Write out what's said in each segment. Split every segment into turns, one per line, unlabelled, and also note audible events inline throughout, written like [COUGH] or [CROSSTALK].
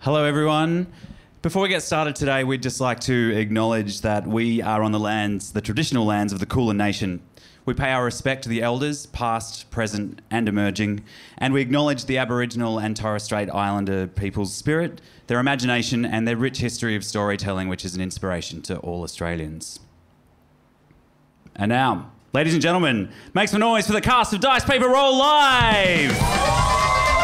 Hello, everyone. Before we get started today, we'd just like to acknowledge that we are on the lands, the traditional lands of the Kulin Nation. We pay our respect to the elders, past, present, and emerging, and we acknowledge the Aboriginal and Torres Strait Islander people's spirit, their imagination, and their rich history of storytelling, which is an inspiration to all Australians. And now, ladies and gentlemen, make some noise for the cast of Dice Paper Roll Live!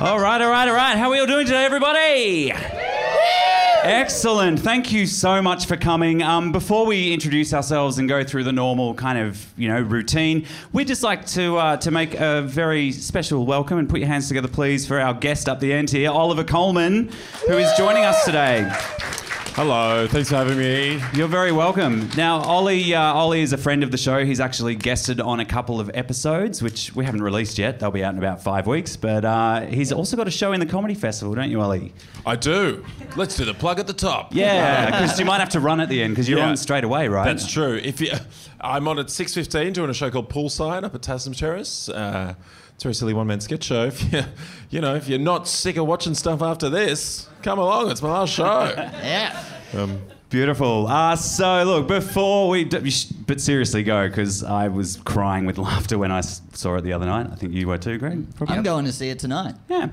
All right, all right, all right. How are we all doing today, everybody? Excellent. Thank you so much for coming. Um, before we introduce ourselves and go through the normal kind of you know routine, we'd just like to uh, to make a very special welcome and put your hands together, please, for our guest up the end here, Oliver Coleman, who is joining us today.
Hello, thanks for having me.
You're very welcome. Now, Ollie, uh, Ollie is a friend of the show. He's actually guested on a couple of episodes, which we haven't released yet. They'll be out in about five weeks. But uh, he's also got a show in the comedy festival, don't you, Ollie?
I do. Let's do the plug at the top.
Yeah, because Uh, you might have to run at the end because you're
Yeah.
on straight away, right?
That's true. If you, I'm on at six fifteen doing a show called Poolside up at Tasman Terrace. Uh, it's a very silly one man sketch show. If you, you know, if you're not sick of watching stuff after this, come along. It's my last [LAUGHS] show.
Beautiful. Uh, so look, before we, d- you sh- but seriously, go because I was crying with laughter when I s- saw it the other night. I think you were too, Greg. Probably.
I'm going to see it tonight.
Yeah.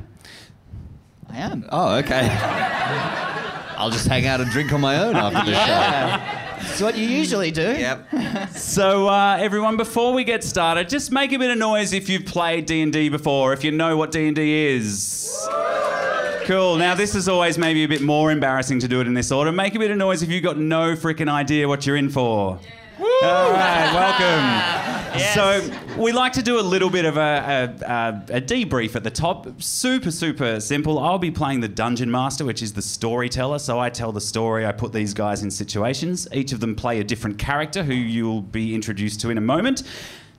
I am. Oh, okay. I'll just hang out and drink on my own after the show. It's what you usually do. Yep.
So uh, everyone, before we get started, just make a bit of noise if you've played D and D before, if you know what D and D is. Cool. Now this is always maybe a bit more embarrassing to do it in this order. Make a bit of noise if you've got no freaking idea what you're in for. All right, welcome. So we like to do a little bit of a, a, a, a debrief at the top. Super, super simple. I'll be playing the dungeon master, which is the storyteller. So I tell the story. I put these guys in situations. Each of them play a different character, who you'll be introduced to in a moment.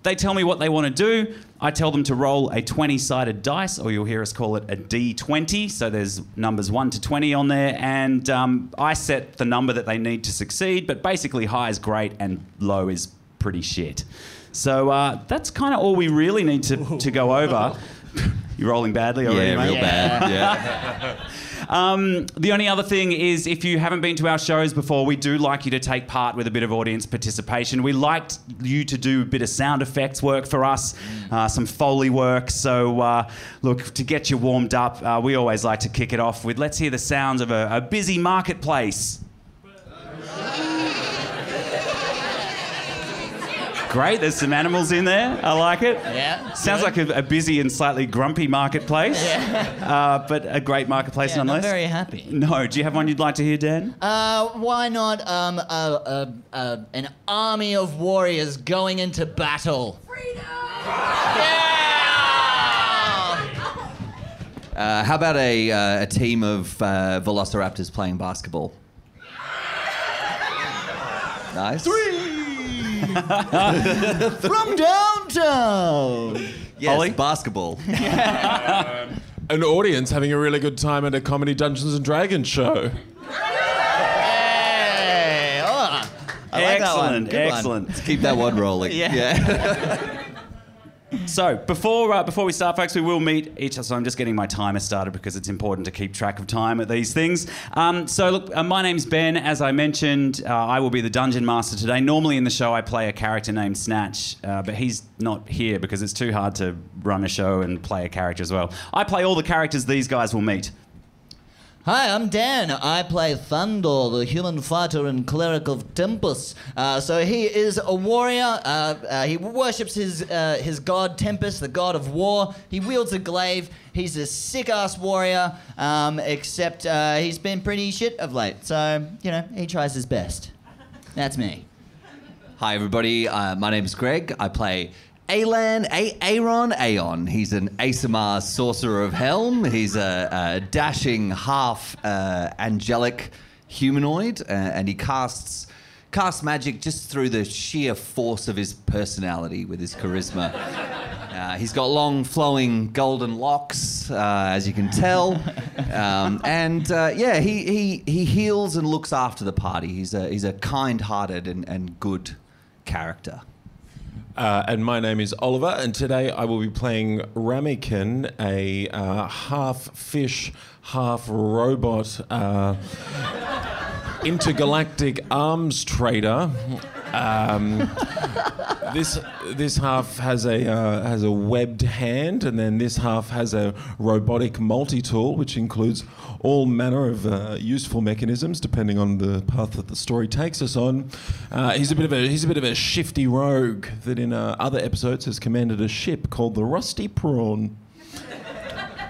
They tell me what they want to do. I tell them to roll a 20 sided dice, or you'll hear us call it a D20. So there's numbers 1 to 20 on there, and um, I set the number that they need to succeed, but basically high is great and low is pretty shit. So uh, that's kind of all we really need to, to go over. [LAUGHS] You're rolling badly already,
Yeah,
mate.
real bad. Yeah.
Um, the only other thing is, if you haven't been to our shows before, we do like you to take part with a bit of audience participation. We liked you to do a bit of sound effects work for us,
Mm.
uh, some foley work. So, uh, look, to get you warmed up, uh, we always like to kick it off with let's hear the sounds of a, a busy marketplace. [LAUGHS] Great, there's some animals in there. I like it.
[LAUGHS] Yeah.
Sounds like a, a busy and slightly grumpy marketplace, uh, but a great marketplace
Yeah, not
nonetheless.
very happy.
No. Do you have one you'd like to hear, Dan?
Uh, why not um, uh, uh, uh, an army of warriors going into battle? Yeah!
Uh, how about a, uh, a team of uh, velociraptors playing basketball? Nice. [LAUGHS]
From downtown!
Yes,
Ollie?
basketball.
An audience having a really good time at a comedy Dungeons and Dragons show.
Hey! Oh, I like that one.
excellent,
Good one.
excellent.
Let's keep that one rolling.
[LAUGHS] Yeah.
So before uh, before we start, folks, we will meet each. So I'm just getting my timer started because it's important to keep track of time at these things. Um, so look, uh, my name's Ben. As I mentioned, uh, I will be the dungeon master today. Normally in the show, I play a character named Snatch, uh, but he's not here because it's too hard to run a show and play a character as well. I play all the characters these guys will meet.
Hi, I'm Dan. I play Thunder, the human fighter and cleric of Tempest. Uh, so he is a warrior. Uh, uh, he worships his uh, his god Tempest, the god of war. He wields a glaive. He's a sick ass warrior. Um, except uh, he's been pretty shit of late. So you know he tries his best. That's me.
Hi, everybody. Uh, my name's Greg. I play Alan, a- Aaron, Aeon. He's an ASMR sorcerer of Helm. He's a, a dashing half uh, angelic humanoid, uh, and he casts casts magic just through the sheer force of his personality with his charisma. Uh, he's got long, flowing golden locks, uh, as you can
[LAUGHS]
tell, um, and uh, yeah, he, he he heals and looks after the party. He's a he's a kind-hearted and, and good character.
Uh, and my name is Oliver, and today I will be playing Ramekin, a uh, half fish, half robot, uh, [LAUGHS] intergalactic arms trader. Um, this this half has a uh, has a webbed hand, and then this half has a robotic multi tool, which includes all manner of uh, useful mechanisms, depending on the path that the story takes us on. Uh, he's a bit of a he's a bit of a shifty rogue that in uh, other episodes has commanded a ship called the Rusty Prawn.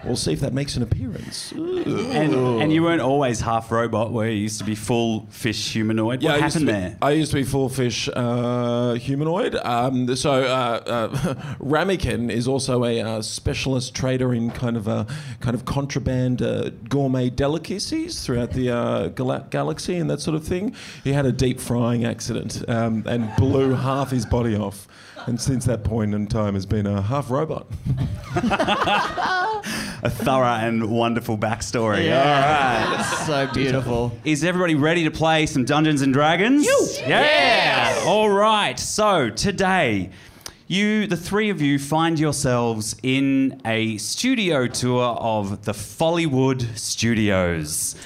We'll see if that makes an appearance. Ooh.
And, and you weren't always half robot, were you? You used to be full fish humanoid. What
I used
happened
to be-
there?
I used to be full fish uh, humanoid. Um, so uh, uh, [LAUGHS] Ramekin is also a uh, specialist trader in kind of a kind of contraband uh, gourmet delicacies throughout the uh, gala- galaxy and that sort of thing. He had a deep frying accident um, and blew half his body off. And since that point in time, has been a
[LAUGHS]
half robot.
A thorough and wonderful
[LAUGHS]
backstory.
Yeah. so beautiful.
Is everybody ready to play some Dungeons and Dragons? Yeah. All right. So today, you, the three of you, find yourselves in a studio tour of the Follywood Studios.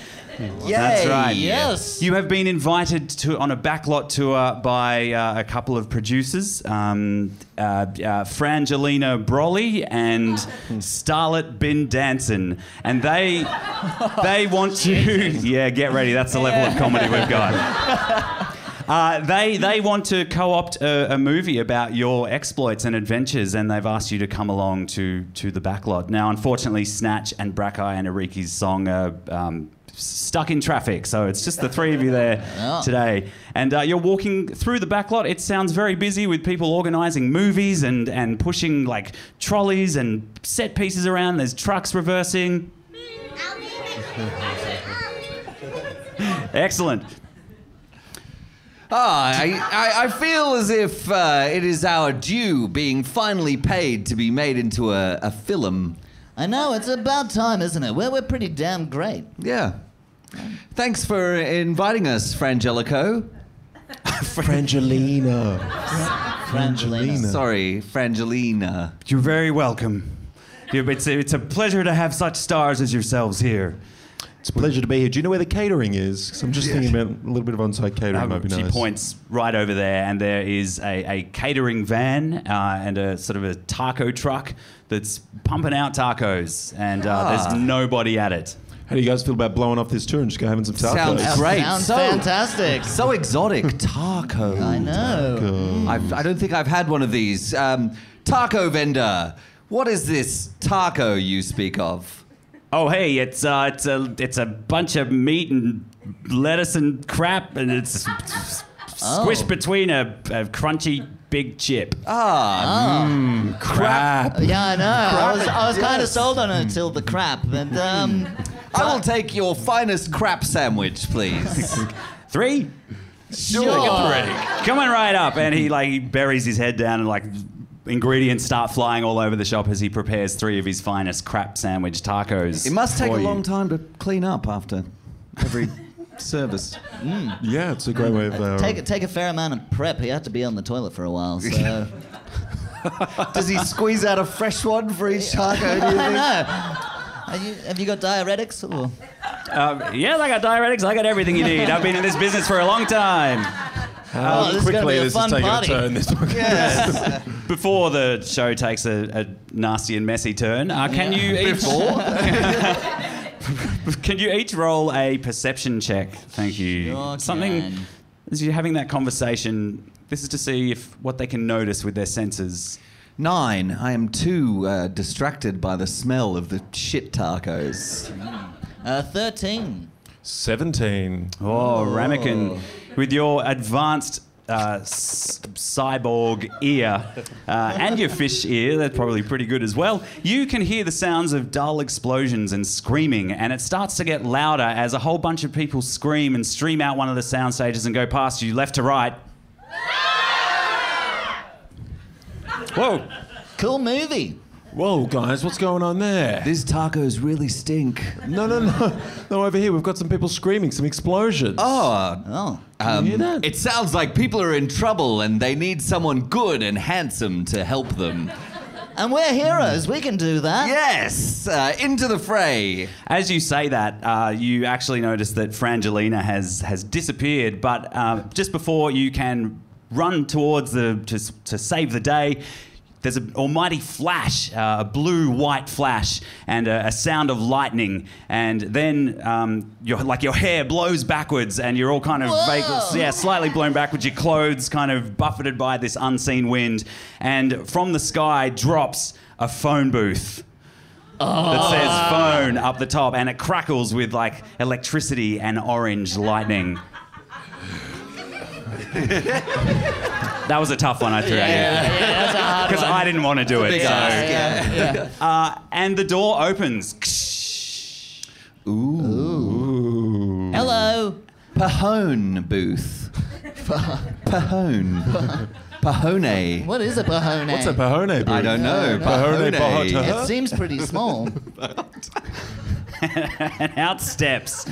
That's
Yay,
right.
yes.
You have been invited to on a backlot tour by uh, a couple of producers, um, uh, uh, Frangelina Broly
[LAUGHS]
and Starlet Bin Danson, and they [LAUGHS] they want you. yeah, get ready. That's the level of comedy we've got. [LAUGHS] Uh, they they want to co-opt a, a movie about your exploits and adventures, and they've asked you to come along to to the backlot. Now, unfortunately, Snatch and Brackeye and Ariki's song are um, stuck in traffic, so it's just the three of you [LAUGHS] there today. And uh, you're walking through the backlot. It sounds very busy with people organising movies and and pushing like trolleys and set pieces around. There's trucks reversing. Excellent.
Ah, I, I, I feel as if uh, it is our due being finally paid to be made into a, a film.
I know, it's about time, isn't it? Well, we're pretty damn great.
Yeah. Thanks for inviting us, Frangelico.
Frangelina.
Frangelina.
Sorry, Frangelina.
You're very welcome. You- It's a, it's a pleasure to have such stars as yourselves here.
It's a pleasure to be here. Do you know where the catering is? 'Cause I'm just thinking about a little bit of on-site catering. might be
she
nice.
points right over there, and there is a, a catering van uh, and a sort of a taco truck that's pumping out tacos, and uh, there's nobody at it.
How do you guys feel about blowing off this tour and just go having some tacos?
Sounds
That
Great.
Sounds
So-
fantastic.
So exotic. Taco.
I know.
I've, I don't think I've had one of these. Um, taco vendor. What is this taco you speak of?
Oh hey, it's uh, it's a it's a bunch of meat and lettuce and crap, and it's s- squished between a, a crunchy big chip.
Ah,
crap.
Yeah, I know. I was, I was kind of sold on it until the crap, but
Hmm.
um,
I will take your finest crap sandwich, [LAUGHS] please.
Three.
sure.
coming right up and he like he buries his head down and like ingredients start flying all over the shop as he prepares three of his finest crap sandwich tacos
it must take
for
a
you.
long time to clean up after [LAUGHS] every service.
Yeah, it's a great way of. Uh,
Take a, take a fair amount of prep. He had to be on the toilet for a while, so.
[LAUGHS] Does he squeeze out a fresh one for each
[LAUGHS]
taco? Do
I
you think?
know. Are you, have you got diuretics? Or?
Um, yeah i got diuretics i got everything you need i've been in this business for a long time
How
Oh, this is gonna
quickly
be a
this
fun
is taking
party.
a turn. This
before the show takes a, a nasty and messy turn uh, can you each [LAUGHS] can you each roll a perception check thank you
Sure
something
can.
as you're having that conversation this is to see if what they can notice with their senses
Nine. I am too uh, distracted by the smell of the shit tacos.
Uh, 13.
Seventeen.
Oh, Ramekin, with your advanced uh, s- cyborg ear uh, and your fish ear, that's probably pretty good as well. You can hear the sounds of dull explosions and screaming, and it starts to get louder as a whole bunch of people scream and stream out one of the sound stages and go past you left to right. Whoa!
Cool movie.
Whoa, guys, what's going on there?
These tacos really stink.
No, no, no. No, over here, we've got some people screaming, some explosions.
Oh,
Oh.
um,
hear that?
it sounds like people are in trouble and they need someone good and handsome to help them.
And we're heroes. We can do that.
Yes, uh, into the fray.
As you say that, uh, you actually notice that Frangelina has has disappeared. But uh, just before you can run towards the to, s- to save the day, there's an almighty flash, uh, a blue-white flash, and a, a sound of lightning. And then um, your like your hair blows backwards, and you're all kind of
Whoa.
vague- yeah, slightly blown backwards. Your clothes kind of buffeted by this unseen wind, and from the sky drops a phone booth
Oh.
that says phone up the top and it crackles with like electricity and orange lightning. that was a tough one I threw at you. Because I didn't want to do it.
big
so-
ask.
Yeah, yeah.
Uh, and the door opens.
Hello.
Pahone booth. Pahone. Pahone.
What is a pahone?
What's a pahone booth?
I don't know. Pahone.
Pahone, pahota.
It seems pretty small.
and [LAUGHS] out steps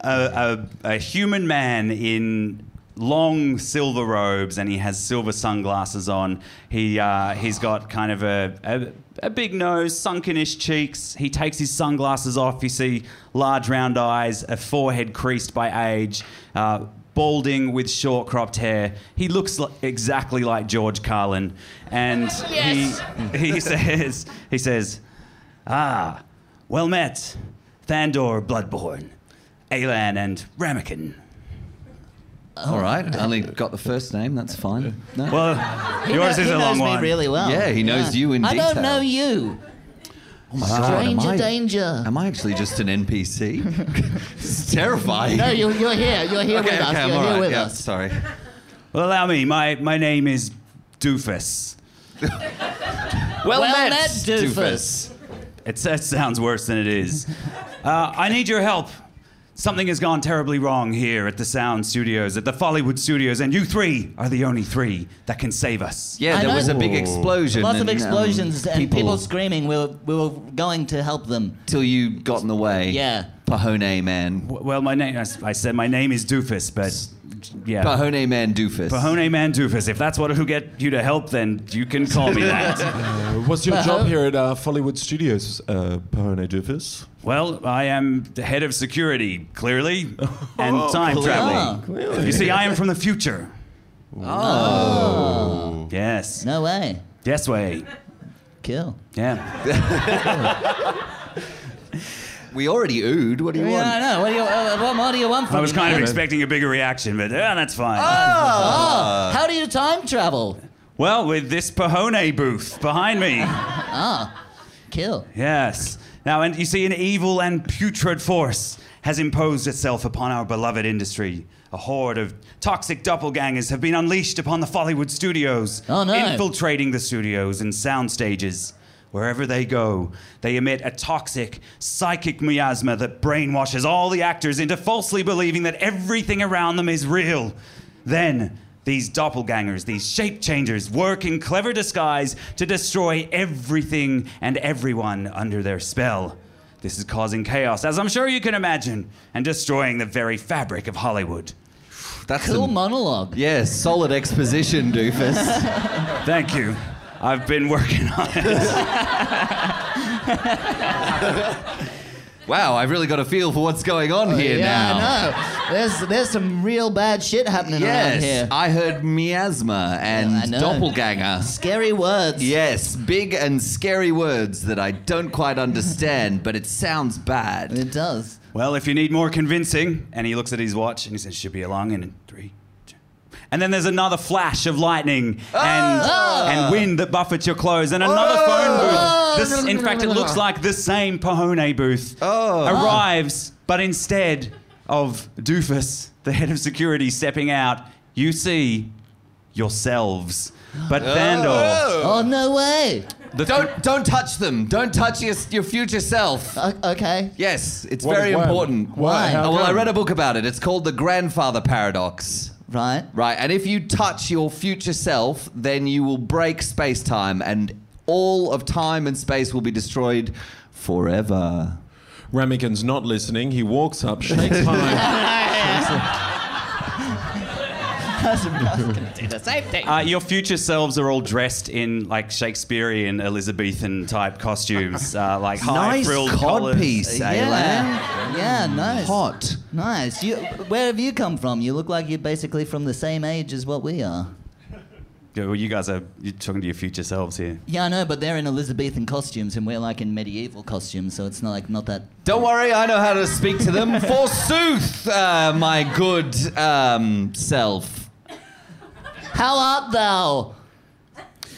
a, a, a human man in long silver robes and he has silver sunglasses on he uh, he's got kind of a, a a big nose sunkenish cheeks he takes his sunglasses off you see large round eyes a forehead creased by age uh, balding with short cropped hair he looks li- exactly like george carlin and he he says he says Ah, well met, Thandor Bloodborne, Alan and Ramekin.
All right. I only got the first name. That's fine. No.
Well, yours
[LAUGHS] He
is a
knows
long
me
one.
really well.
Yeah, he knows you in
I
detail.
don't know you.
Oh my God, am
Stranger
I-
danger.
Am I actually just an [LAUGHS] NPC? it's terrifying.
No, you're, you're here. You're here
okay,
with us.
okay, I'm
you're
all
here
right.
with
yeah,
us.
sorry.
well, allow me. My my name is Doofus.
Well,
well, that
met,
doofus.
It, that sounds worse than it is.
[LAUGHS]
Uh, I need your help. Something has gone terribly wrong here at the Sound Studios, at the Follywood Studios, and you three are the only three that can save us.
Yeah,
I
there
know.
was a big
Ooh.
explosion.
Lots of
and, um,
explosions and people, screaming. We were, we were going to help them.
till you got in the way.
Yeah.
Pahone man.
W- Well, my name, I s- I said my name is Doofus, but yeah.
Pahone man doofus.
Pahone Man Doofus. If that's what will get you to help, then you can call me
[LAUGHS]
that.
What's your job here at uh, Follywood Studios, uh, Pahone Doofus?
well, I am the head of security, clearly, and time
Ah,
traveling.
Clearly.
You see, I am from the future. Oh. Yes.
No way.
Yes way.
Cool.
Yeah.
We already oohed. What do you
Yeah,
want?
I know. What, do you, uh, what more do you want from
I was
me,
kind of
man?
expecting a bigger reaction, but yeah, that's fine.
Oh, how do you time travel?
Well, with this Pahone booth behind me.
Kill.
Yes. Now, and you see, an evil and putrid force has imposed itself upon our beloved industry. A horde of toxic doppelgangers have been unleashed upon the Follywood studios,
Oh, no.
infiltrating the studios and sound stages. Wherever they go, they emit a toxic, psychic miasma that brainwashes all the actors into falsely believing that everything around them is real. Then, these doppelgangers, these shape changers, work in clever disguise to destroy everything and everyone under their spell. This is causing chaos, as I'm sure you can imagine, and destroying the very fabric of Hollywood.
That's
Cool
some-
monologue.
[LAUGHS] yeah, solid exposition,
[LAUGHS]
doofus.
Thank you. I've been working on it.
wow, I've really got a feel for what's going on here now.
yeah, Oh, I know. There's there's some real bad shit happening around
Yes,
here.
I heard miasma
I
and
know.
doppelganger.
Scary words.
Yes, big and scary words that I don't quite understand, but it
[LAUGHS]
sounds bad.
It does.
Well, if you need more convincing, and he looks at his watch and he says, "Should be along in three, two. And then there's another flash of lightning and, and wind that buffets your clothes, and another
Oh.
phone booth. This, in fact, it looks like the same Pahone booth arrives, but instead of Doofus, the head of security, stepping out, you see yourselves. But Thandor,
Oh no way.
the,
Don't don't touch them. Don't touch your your future self.
O- okay.
Yes, it's
What-
very
why?
important.
Why?
How
Oh, well, I
come?
read a book about it. It's called The Grandfather Paradox.
Right.
Right, and if you touch your future self, then you will break space time and all of time and space will be destroyed forever.
Ramikin's not listening. He walks up,
[LAUGHS]
shakes my
[LAUGHS] Do the same thing.
Uh, your future selves are all dressed in like Shakespearean Elizabethan type costumes, uh, like high
nice
frilled collars.
codpiece, eh? Aylan.
yeah. yeah, nice.
Hot.
Nice. You, where have you come from? You look like you're basically from the same age as what we are.
Yeah, well, you guys are you're talking to your future selves here.
Yeah, I know, but they're in Elizabethan costumes and we're like in medieval costumes, so it's not like not that.
Don't worry, I know how to speak to them. Forsooth, uh, my good um, self.
How art thou,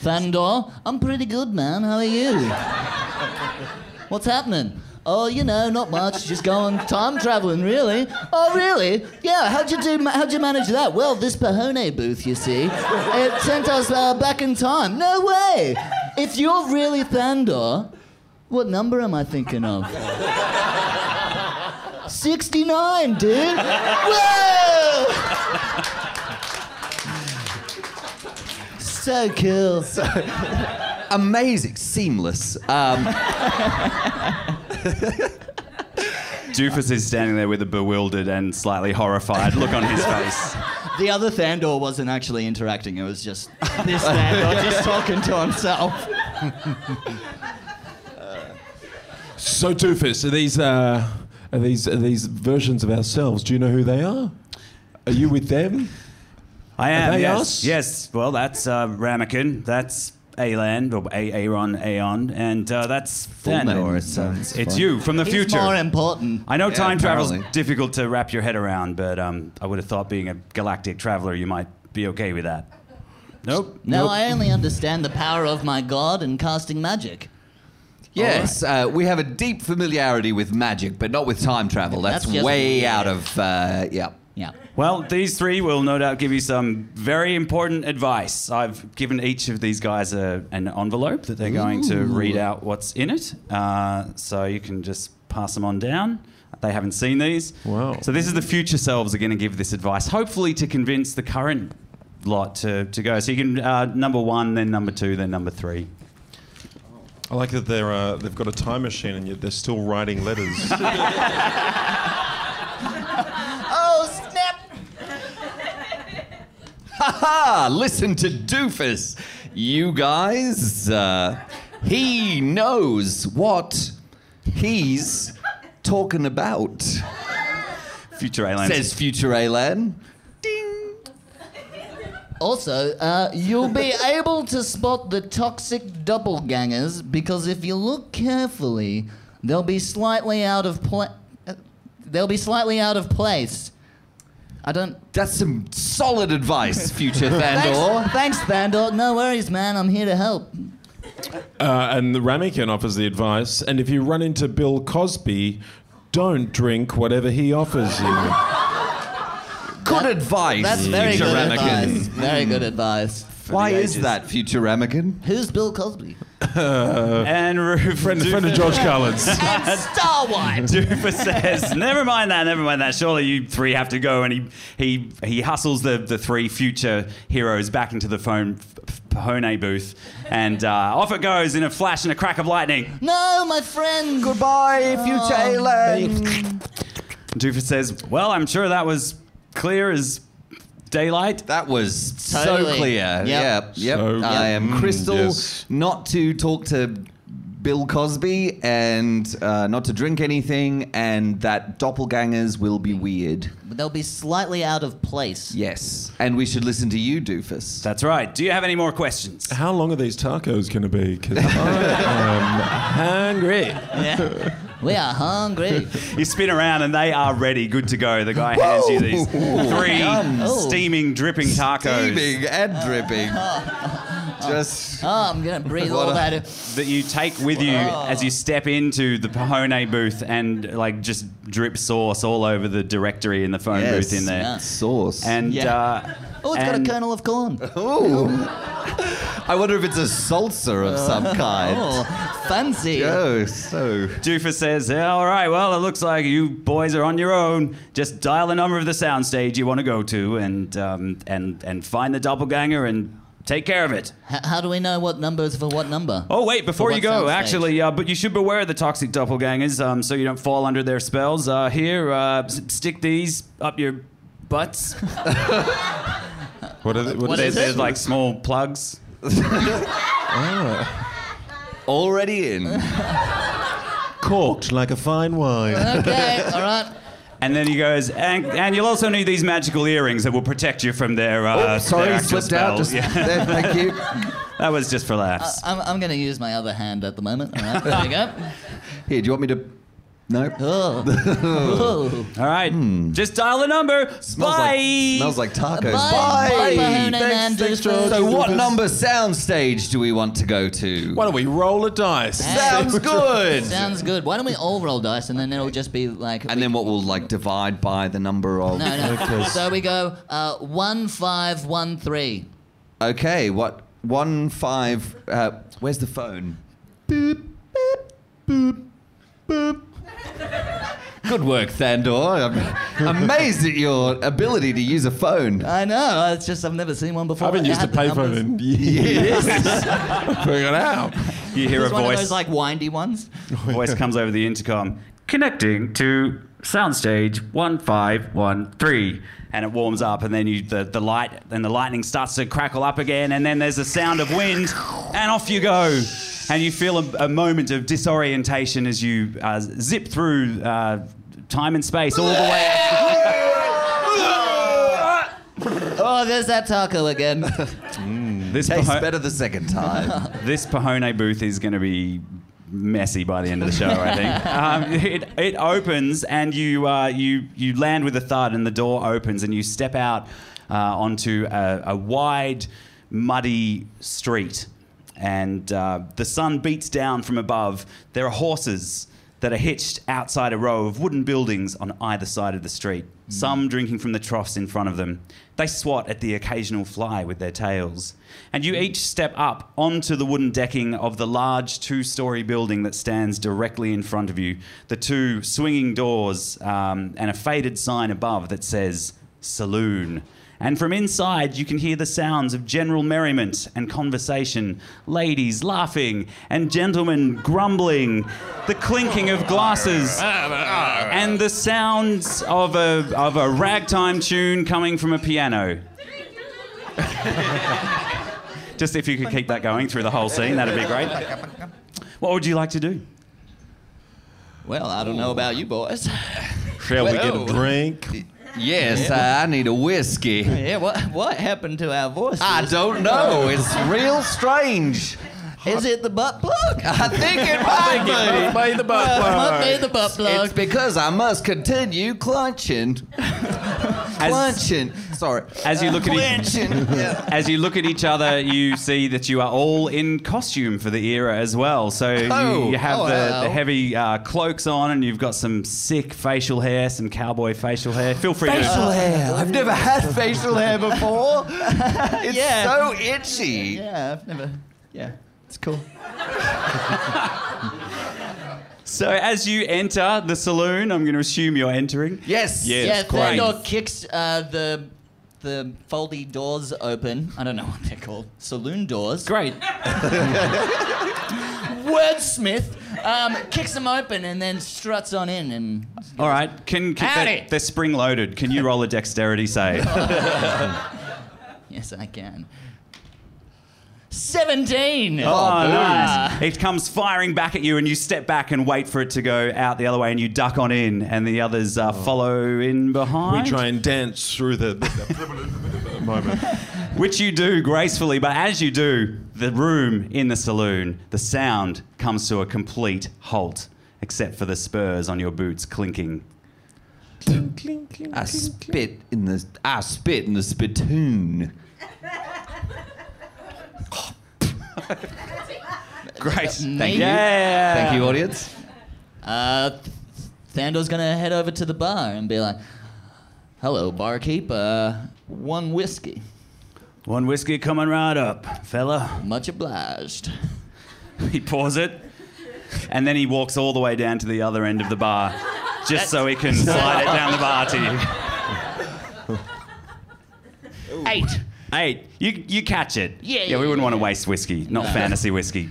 Fandor? I'm pretty good, man. How are you? What's happening? Oh, you know, not much. Just going time traveling, really. Oh, really? Yeah. How'd you do? How'd you manage that? Well, this Pahone booth, you see, it sent us uh, back in time. No way. If you're really Thandor, what number am I thinking of? 69, dude. Whoa! So cool.
Amazing, seamless. Um,
Doofus is standing there with a bewildered and slightly horrified look on his
[LAUGHS]
face.
The other Thandor wasn't actually interacting, it was just [LAUGHS] this Thandor [LAUGHS] just talking to himself.
So Doofus, are these uh, are these are these versions of ourselves? Do you know who they are? Are you with them?
I am.
Are they
yes.
us?
Yes. Well, that's uh, Ramekin. That's Aland or A- Aaron Aeon, and uh, that's
name,
Thandor. It's, uh,
that's
it's
fine.
you from the
He's
future.
more important.
I know
Yeah,
time travel's
apparently.
difficult to wrap your head around, but um, I would have thought being a galactic traveler, you might be okay with that. Nope.
No, I only understand the power of my god and casting magic.
yes, uh, we have a deep familiarity with magic, but not with time travel. That's,
That's just
way
weird.
out of. Uh, yeah.
Yeah.
Well, these three will no doubt give you some very important advice. I've given each of these guys a, an envelope that they're going to read out what's in it. Uh, so you can just pass them on down. They haven't seen these.
Wow.
So this is the future selves are going to give this advice, hopefully to convince the current lot to, to go. So you can uh, number one, then number two, then number three.
I like that they're uh, they've got a time machine and yet they're still writing [LAUGHS] letters.
Oh, snap!
Haha! Listen to Doofus. You guys, uh, he knows what he's talking about.
Future aliens.
Says future Alan.
Also, uh,
[LAUGHS]
you'll be able to spot the toxic doppelgangers because if you look carefully, they'll be slightly out of pla- uh, they'll be slightly out of place. I don't.
That's some solid advice, future Thandor.
[LAUGHS] Thanks, thanks, Thandor. No worries, man. I'm here to help.
uh, and the Ramekin offers the advice. And if you run into Bill Cosby, don't drink whatever he offers [LAUGHS] you.
Good advice.
That's very
future
good
Ramekin.
advice. Very good advice.
Why
the
is
ages.
that, future Ramekin?
Who's Bill Cosby?
and Rufus.
friend, friend of George Collins. [LAUGHS]
Star Wars.
Duper says, "Never mind that. Never mind that. Surely you three have to go." And he he he hustles the the three future heroes back into the phone f- Pahone booth, and uh, off it goes in a flash and a crack of lightning.
No, my friend.
Goodbye,
Ah,
future Alan.
Duper says, "Well, I'm sure that was clear as daylight."
That was so
Totally.
clear.
Yep.
Yep. Yep.
So-
I am
Mm,
crystal
yes.
not to talk to Bill Cosby and uh, not to drink anything, and that doppelgangers will be weird.
They'll be slightly out of place.
Yes. And we should listen to you, Doofus.
That's right. Do you have any more questions?
How long are these tacos going to be? Because I am hungry.
Yeah. we are
[LAUGHS]
hungry.
You spin around and they are ready, good to go. The guy hands you these three
Yum.
steaming, dripping tacos
Steaming and
[LAUGHS]
dripping. Just.
Oh, I'm gonna breathe all
What
that.
a-
in.
that you take with you as you step into the Pahone booth and like just drip sauce all over the directory in the phone
Yes.
booth in there.
Yeah.
Sauce.
And
Yeah.
uh,
Oh, it's
and-
got a kernel of corn.
Ooh. I wonder if it's a salsa of some [LAUGHS] kind.
Oh, fancy.
Oh, so.
Doofa says, "Yeah, all right, well, it looks like you boys are on your own. Just dial the number of the soundstage you want to go to and um, and and find the doppelganger and Take care of it.
H- how do we know what number is for what number?
Oh wait, before
For
you
what
go,
soundstage?
actually, uh, but you should beware of the toxic doppelgangers, um, so you don't fall under their spells. Uh, here, uh, s- stick these up your butts.
What are they, what
What
are
They're,
is
they-
they're like small plugs.
Already in.
corked like a fine wine.
Okay, all right.
And then he goes, and, and you'll also need these magical earrings that will protect you from their.
Oh,
Uh, their actual spells." Yeah,
there, thank you.
that was just for
[LAUGHS]
laughs.
I'm, I'm going to use my other hand at the moment. All right, there you
[LAUGHS]
go.
Here, do you want me to? No.
Oh.
All right, just dial the number.
Smells
Bye.
like, smells like tacos.
Bye. Bye, Mahoney and Andrews.
So, what number soundstage do we want to go to?
Why don't we roll a dice?
Sounds
good.
Sounds good. Why don't we all roll dice and then it'll just be like.
and then what we'll like divide by the number of.
No, no.
Okay.
So we go uh, one five one three.
Okay, what one five? Uh, where's the phone? Boop, boop, boop, boop. Good work, Thandor.
[LAUGHS]
I'm amazed at your ability to use a phone.
I know. It's just I've never seen one before.
I haven't
It
used a
had the
payphone [LAUGHS]
numbers.
in years. Figure it out.
You hear a
It's one of
voice.
those like windy ones.
voice comes over the intercom. Connecting to soundstage one five one three, and it warms up, and then you the, the light and the lightning starts to crackle up again, and then there's a sound of wind, and off you go, and you feel a, a moment of disorientation as you uh, zip through uh, time and space all the way.
Oh, there's that taco again.
This
Tastes
Paho-
better the second time.
[LAUGHS]
this Pahone booth is going to be messy by the end of the show. I think um, it, it opens and you uh, you you land with a thud and the door opens and you step out uh, onto a, a wide, muddy street and uh, the sun beats down from above. There are horses that are hitched outside a row of wooden buildings on either side of the street, some drinking from the troughs in front of them. They swat at the occasional fly with their tails. And you each step up onto the wooden decking of the large two story building that stands directly in front of you, the two swinging doors, um, and a faded sign above that says, Saloon. And from inside, you can hear the sounds of general merriment and conversation, ladies laughing and gentlemen grumbling, the clinking of glasses, and the sounds of a, of a ragtime tune coming from a piano. [LAUGHS] Just if you could keep that going through the whole scene, that'd be great. What would you like to do?
well, I don't know about you boys.
Shall we get a
Well.
drink?
yes, uh, I need a whiskey.
Yeah, what what happened to our voices?
I don't know. It's real strange.
Is it the butt plug?
[LAUGHS]
[LAUGHS]
I think it might be.
[LAUGHS] Play the butt
Well,
plug.
it must be the butt plug.
It's because I must continue clutching. clutching. Sorry.
As you look at each-
clutching. [LAUGHS] Yeah.
As you look at each other, you see that you are all in costume for the era as well. So you-
Oh,
you, have
oh,
the,
wow.
the heavy uh, cloaks on, and you've got some sick facial hair, some cowboy facial hair. Feel free [LAUGHS] to.
Facial hair. I've never had facial hair before. It's
Yeah.
so itchy.
yeah, I've never. Yeah, it's cool.
So as you enter the saloon, I'm going to assume you're entering.
Yes.
Yeah.
yeah,
Yes, great.
Thandor kicks uh, the the foldy doors open. I don't know what they're called. Saloon doors.
Great.
[LAUGHS] Wordsmith um, kicks them open and then struts on in and
All right. Can, can
Howdy.
they're, they're spring loaded. Can you roll a dexterity
[LAUGHS]
save?
Oh,
yes, I can. Seventeen.
Oh, nice. It comes firing back at you, and you step back and wait for it to go out the other way, and you duck on in, and the others uh,
Oh.
follow in behind.
We try and dance through the, [LAUGHS] the, the moment.
Which you do gracefully, but as you do, the room in the saloon, the sound comes to a complete halt, except for the spurs on your boots clinking.
I spit in the I spit in the spittoon.
Great.
Thank you.
Yeah.
Thank you, audience.
Uh, Thandor's gonna head over to the bar and be like, "Hello, barkeep. Uh, one whiskey.
One whiskey coming right up, fella. [LAUGHS]
Much obliged."
He pours it, and then he walks all the way down to the other end of the bar, just so he
[LAUGHS]
can slide it down the bar to you.
Eight.
Hey, you, you catch it.
Yeah,
Yeah,
yeah,
we wouldn't
yeah,
want to waste whiskey, not fantasy whiskey.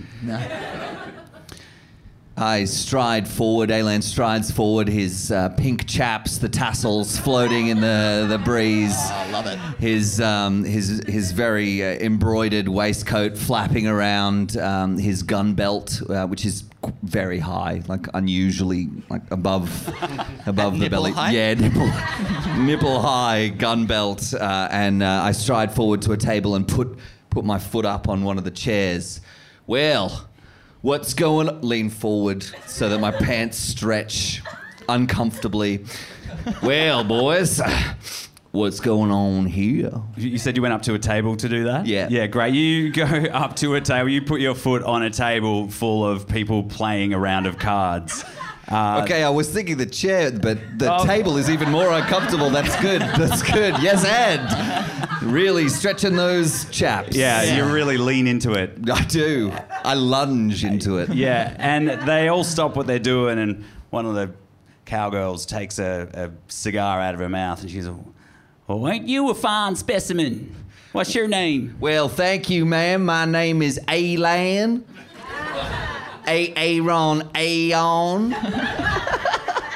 I stride forward. Alan strides forward, his uh, pink chaps, the tassels floating in the, the breeze.
Oh, I love it.
His, um, his, his very uh, embroidered waistcoat flapping around, um, his gun belt, uh, which is qu- very high, like unusually like above
[LAUGHS]
above the
nipple
belly.
height?
Yeah, nipple, nipple high gun belt. Uh, and uh, I stride forward to a table and put, put my foot up on one of the chairs. Well, What's going? Lean forward so that my pants stretch uncomfortably. Well, boys, what's going on here?
You you said you went up to a table to do that?
Yeah.
Yeah, great. You go [LAUGHS] up to a table, you put your foot on a table full of people playing a round of
[LAUGHS]
cards. Uh,
Okay, I was thinking the chair, but the
Oh.
table is even more uncomfortable. That's good. That's good. Yes, and really stretching those chaps.
Yeah, you really lean into it.
I do. I lunge into it.
Yeah, and they all stop what they're doing, and one of the cowgirls takes a, a cigar out of her mouth, and she's like, "Oh, ain't you a fine specimen? What's your name?"
Well, thank you, ma'am. My name is Alan. A Aaron Aon.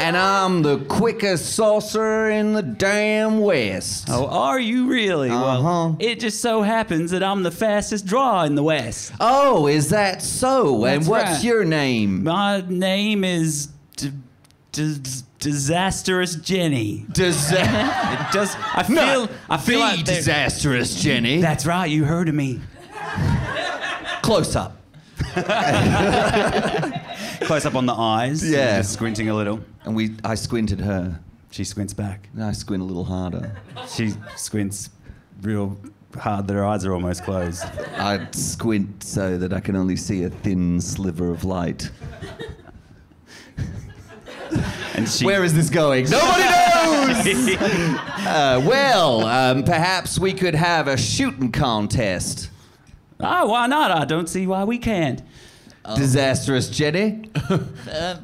And I'm the quickest saucer in the damn West.
Oh, are you really?
Uh-huh.
Well, it just so happens that I'm the fastest draw in the West.
Oh, is that so? and
That's
what's
right.
your name?
My name is d- d- Disastrous Jenny.
Disa-
[LAUGHS] It just I feel I feel
the
like they're-
disastrous, Jenny.
that's right. You heard of me.
close up.
Close up on the eyes.
Yeah.
just squinting a little.
And we, I squinted her.
She squints back.
And I squint a little harder.
She squints real hard. Their eyes are almost closed.
I squint so that I can only see a thin sliver of light.
And she,
Where is this going?
[LAUGHS]
Nobody [LAUGHS] knows. uh, well, um, perhaps we could have a shooting contest.
oh, why not? I don't see why we can't. Oh.
Disastrous Jenny.
Uh,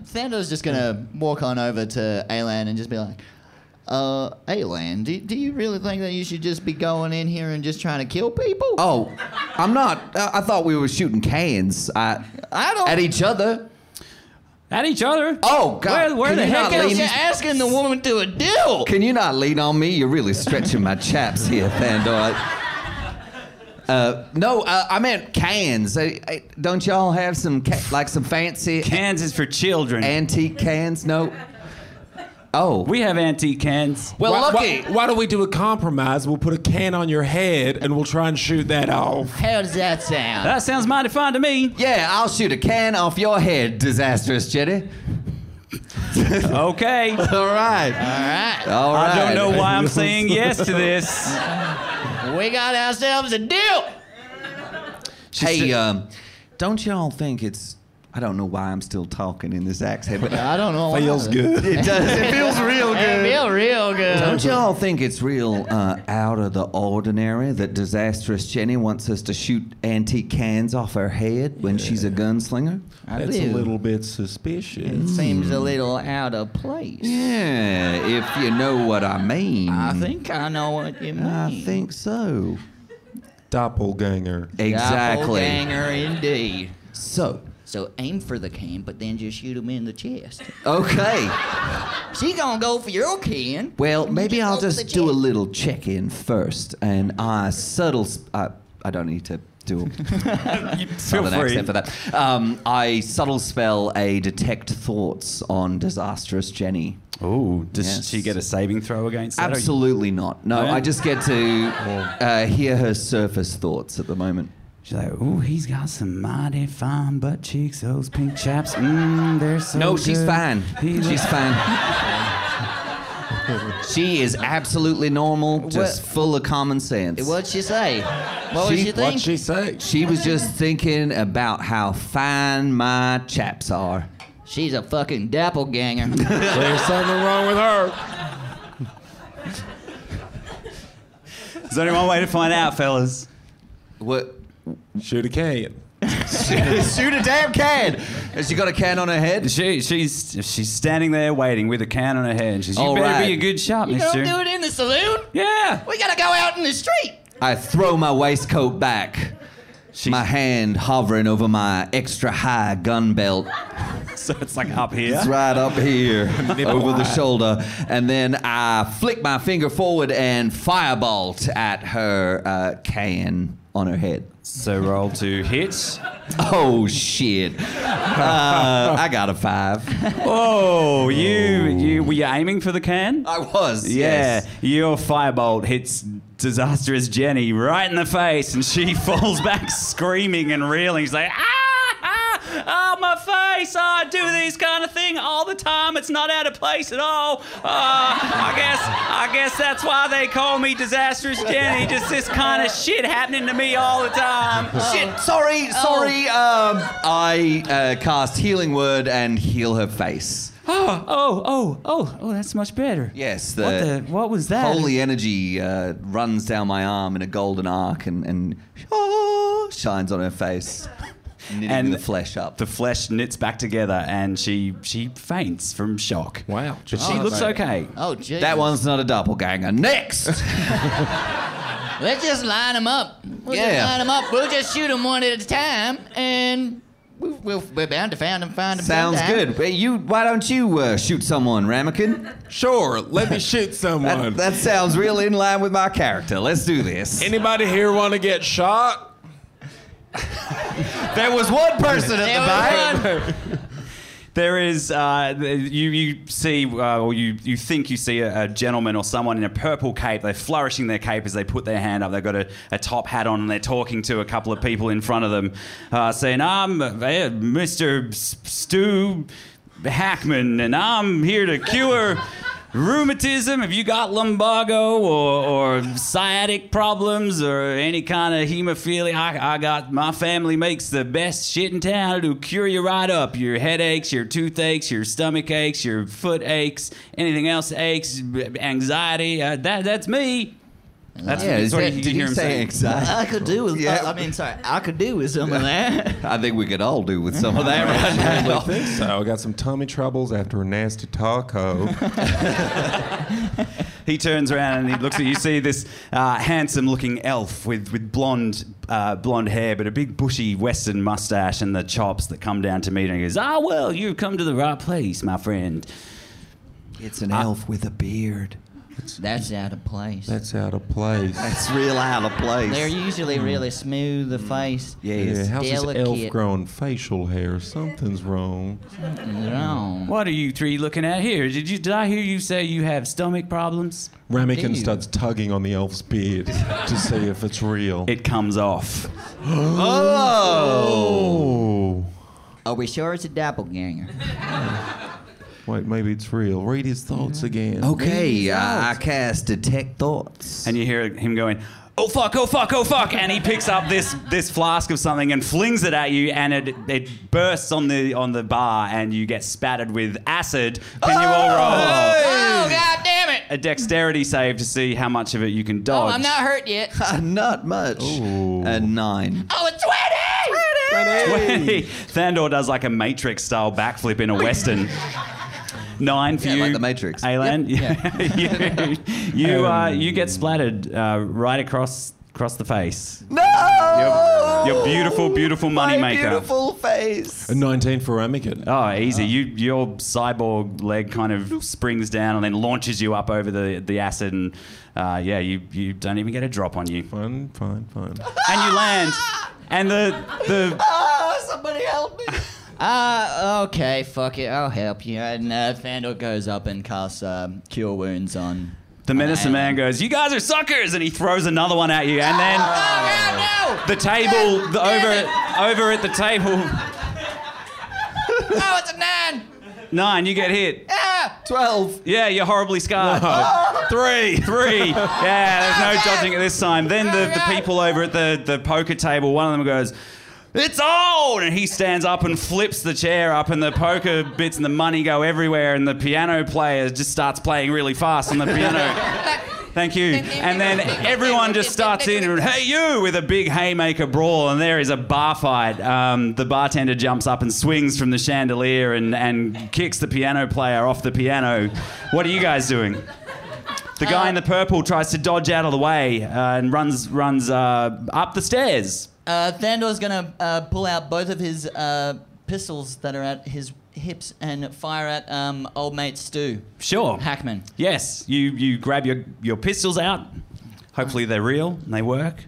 Thandor's just gonna walk on over to Alan and just be like, uh, Alan, do, do you really think that you should just be going in here and just trying to kill people?
Oh, I'm not. Uh, I, I thought we were shooting cans. I,
I don't-
At each other.
At each other.
Oh God.
Where, where
Can
the
you
heck
not lean-
is
You're
she?
asking the woman to a deal.
Can you not lean on me? You're really stretching my chaps here, Thandor. Uh, no, uh, I meant cans. Uh, uh, don't y'all have some ca- like some fancy
Cans is for children.
antique cans? No. Oh.
we have antique cans.
well,
why,
lucky.
Why, why don't we do a compromise? We'll put a can on your head and we'll try and shoot that [LAUGHS] off.
How does that sound?
That sounds mighty fine to me.
Yeah, I'll shoot a can off your head, disastrous Jetty. [LAUGHS]
Okay.
All right.
All right,
All right.
I don't know why I'm saying yes to
[LAUGHS]
this.
we got ourselves a deal.
Hey, um, don't y'all think it's. I don't know why I'm still talking in this accent, but uh,
[LAUGHS]
I don't know.
Feels good.
it does. It feels real
It
good.
feel real
Don't
good.
y'all think it's real uh, out of the ordinary that disastrous Jenny wants us to shoot antique cans off her head when she's a gunslinger?
That's a little bit suspicious.
Seems a little out of place.
Yeah, if you know what I mean.
I think I know what you mean.
I think so.
Doppelganger.
Exactly.
Doppelganger indeed.
So,
So aim for the can, but then just shoot him in the chest.
okay.
[LAUGHS] She gonna go for your can.
Well, maybe I'll
over the
just do a
chest.
little check-in first, and I subtle. Sp- I, I don't need to
[LAUGHS]
[LAUGHS] do a
Feel
southern
free.
accent for that. Um, I subtle spell a detect thoughts on disastrous Jenny.
Oh, does
Yes.
she get a saving throw against that? Oh.
Absolutely not. No,
Yeah?
I just get to uh, hear her surface thoughts at the moment.
She's like, oh, he's got some mighty fine butt cheeks, those pink chaps. Mmm, they're so
No, Oh, she's
good.
fine.
He looks-
She's fine. she is absolutely normal, just full of common sense.
What'd she say? What was she
What'd
think?
she say? [LAUGHS]
She was just thinking about how fine my chaps are.
She's a fucking
[LAUGHS]
doppelganger.
There's something wrong with her.
[LAUGHS] There's only one way to find out, fellas.
What? [LAUGHS]
Shoot a can.
Shoot a damn can! Has she got a can on her head?
She, she's she's standing there waiting with a can on her head, and she's you
All
better
right.
be a good shot,
you
mister.
gonna do it in the saloon?
Yeah.
We gotta go out in the street.
I throw my waistcoat back, my hand hovering over my extra high gun belt.
[LAUGHS] So it's like up here.
It's right up here, over the shoulder. And then I flick my finger forward and firebolt at her uh, can on her head.
So roll to hit.
Oh, shit. Uh, I got a five.
Oh, you you were you aiming for the can?
I was.
yeah,
yes.
your firebolt hits disastrous Jenny right in the face, and she [LAUGHS] falls back screaming and reeling. She's like, ah, ah, oh my face! Oh, I do this kind of thing all the time. It's not out of place at all. Uh, I guess I guess that's why they call me disastrous Jenny. Just this kind of shit happening to me all the time.
[LAUGHS] Shit, sorry,
Oh.
sorry. Um, I uh, cast Healing Word and heal her face.
Oh, oh, oh, oh, oh! That's much better.
Yes, the,
What the? What was that?
holy energy uh, runs down my arm in a golden arc and, and [LAUGHS] oh, shines on
[LAUGHS]
her face, knitting
And
the flesh up.
the flesh knits back together and she she faints from shock.
Wow.
But she
Oh,
looks
right.
okay.
Oh, jeez.
that one's not a
[LAUGHS]
doppelganger. Next!
Let's just line them up. We'll
Yeah.
just line them up. We'll just shoot them one at a time, and we'll, we'll, we're bound to find them. Find them.
Sounds good. But you, why don't you uh, shoot someone, Ramekin?
Sure, [LAUGHS] let me shoot someone.
That, that sounds real in line with my character. Let's do this.
Anybody here want to get shot?
there was one person at
There
the
was
back.
one.
[LAUGHS] There is uh, th- you you see uh, or you you think you see a, a gentleman or someone in a purple cape. They're flourishing their cape as they put their hand up. They've got a, a top hat on and they're talking to a couple of people in front of them, uh, saying, "I'm uh, Mr. S- Stu Hackman, and I'm here to cure." Rheumatism, have you got lumbago or, or sciatic problems or any kind of hemophilia? I, I got my family makes the best shit in town. It'll cure you right up. Your headaches, your toothaches, your stomach aches, your foot aches, anything else aches, b- anxiety. Uh, that that's me. That's
Yeah,
that's
is
what
that-
you
did
hear
you
him
say
saying. [LAUGHS]
anxiety?
I could do with.
Yeah.
I mean, sorry. I could do with some of
[LAUGHS]
that.
I think we could all do with some
[LAUGHS]
of that right
I
now.
don't think so. I got some tummy troubles after a nasty taco.
He turns around and he looks at you. See this uh, handsome-looking elf with with blonde uh, blonde hair, but a big bushy Western mustache and the chops that come down to meet him. He goes, "Ah, well, you've come to the right place, my friend."
It's an elf with a beard.
That's out of place.
That's out of place.
That's real out of place.
They're usually really smooth. The face.
Yes.
how's this elf
delicate.
grown facial hair? Something's wrong.
No.
What are you three looking at here? Did you did I hear you say you have stomach problems?
Ramekin
Ew.
starts tugging on the elf's [LAUGHS] beard to see if it's real.
It comes off.
oh!
Are we sure it's a doppelganger?
Wait, maybe it's real. Read his thoughts again.
Okay, uh, I, I cast detect thoughts.
And you hear him going, "Oh fuck! Oh fuck! Oh fuck!" And he picks up this this flask of something and flings it at you, and it it bursts on the on the bar, and you get spattered with acid. Can you all roll
Oh God damn it!
a dexterity save to see how much of it you can
Oh,
dodge?
I'm not hurt yet.
[LAUGHS] Not much.
Ooh.
A nine.
Oh, it's twenty.
Thandor does like a Matrix style backflip in a western. Nine for
Yeah,
you,
like the Matrix.
Alan, [LAUGHS] you you, uh, you
[LAUGHS] Um,
get splattered uh, right across across the face.
No!
Your beautiful, beautiful
Oh, My
moneymaker.
beautiful face.
A 19 for Ramekin.
Oh, easy. You your cyborg leg kind of springs down and then launches you up over the, the acid, and uh, yeah, you, you don't even get a drop on you,
Fine, fine, fine.
and you land. And the the
Ah, somebody help me.
Uh, okay, fuck it, I'll help you. And uh, Fandor goes up and casts um, Cure Wounds on.
the medicine man goes, "You guys are suckers!" and he throws another one at you, and
Ah,
[LAUGHS] then
Oh,
the table the, over over at the table
no! No, it's a nine!
nine, you get hit.
Ah!
12.
Yeah, you're horribly scarred. [LAUGHS] Three, three. [LAUGHS] Yeah, there's no dodging at this time. Then the, the people over at the, the poker table, one of them goes, It's on! And he stands up and flips the chair up, and the poker bits and the money go everywhere, and the piano player just starts playing really fast on the piano. Thank you. And then everyone just starts in, and, hey, you, with a big haymaker brawl, and there is a bar fight. Um, the bartender jumps up and swings from the chandelier and, and kicks the piano player off the piano. What are you guys doing? The guy in the purple tries to dodge out of the way uh, and runs runs uh, up the stairs.
Uh, Thandor's gonna uh, pull out both of his uh, pistols that are at his hips and fire at um, old mate Stu
Sure.
Hackman.
Yes, you you grab your your pistols out. Hopefully they're real and they work.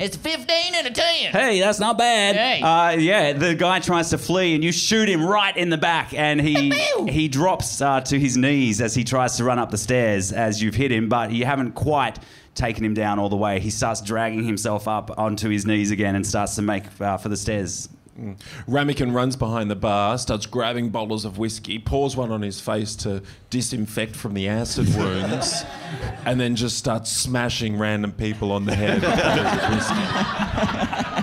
It's 15 and a 10.
Hey, that's not bad.
Hey.
Uh, yeah, the guy tries to flee, and you shoot him right in the back, and he
Pew, pew.
he drops uh, to his knees as he tries to run up the stairs as you've hit him, but you haven't quite taken him down all the way. He starts dragging himself up onto his knees again and starts to make uh, for the stairs.
[LAUGHS] Ramekin runs behind the bar, starts grabbing bottles of whiskey, pours one on his face to disinfect from the acid [LAUGHS] wounds, and then just starts smashing random people on the head. with bottles of whiskey.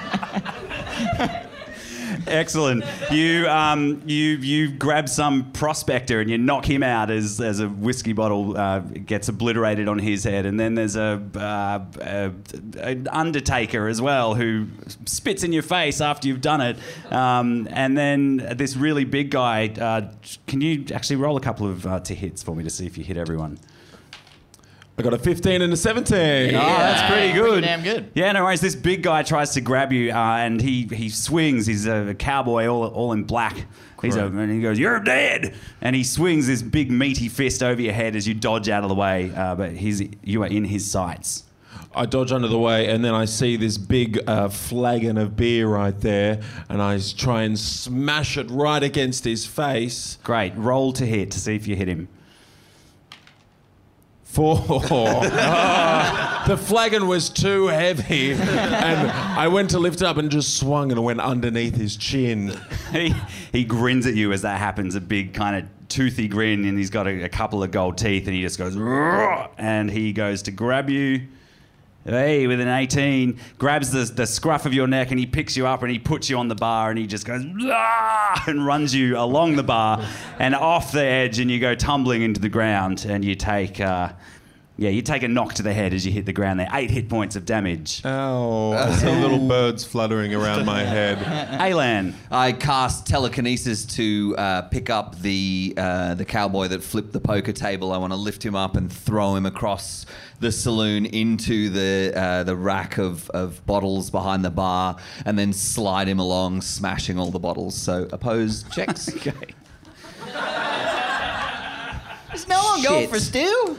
Excellent. You um, you you grab some prospector and you knock him out as as a whiskey bottle uh, gets obliterated on his head, and then there's a, uh, a an undertaker as well who spits in your face after you've done it, um, and then this really big guy. Uh, can you actually roll a couple of uh, to hits for me to see if you hit everyone?
I got a 15 and a 17.
Oh, that's pretty good.
damn good.
Yeah, no worries. This big guy tries to grab you, uh, and he he swings. He's a cowboy, all all in black. He's a, and he goes, "You're dead!" And he swings this big meaty fist over your head as you dodge out of the way. Uh, but he's you are in his sights.
I dodge under the way, and then I see this big uh, flagon of beer right there, and I s- try and smash it right against his face.
Great. Roll to hit to see if you hit him.
Four. [LAUGHS] Ah, the flagon was too heavy, [LAUGHS] and I went to lift it up and just swung and went underneath his chin.
[LAUGHS] he, he grins at you as that happens, a big kind of toothy grin, and he's got a, a couple of gold teeth, and he just goes, "Roar," and he goes to grab you. Hey, with an 18, grabs the, the scruff of your neck and he picks you up and he puts you on the bar and he just goes, "Ah," and runs you along the bar [LAUGHS] and off the edge and you go tumbling into the ground and you take, uh, yeah, you take a knock to the head as you hit the ground there. Eight hit points of damage.
Oh, I see little birds fluttering around my
[LAUGHS]
head.
Alan.
[LAUGHS] I cast telekinesis to uh, pick up the uh, the cowboy that flipped the poker table. I want to lift him up and throw him across the saloon into the uh, the rack of, of bottles behind the bar, and then slide him along, smashing all the bottles. So opposed checks. [LAUGHS]
It's no on goal for Stu.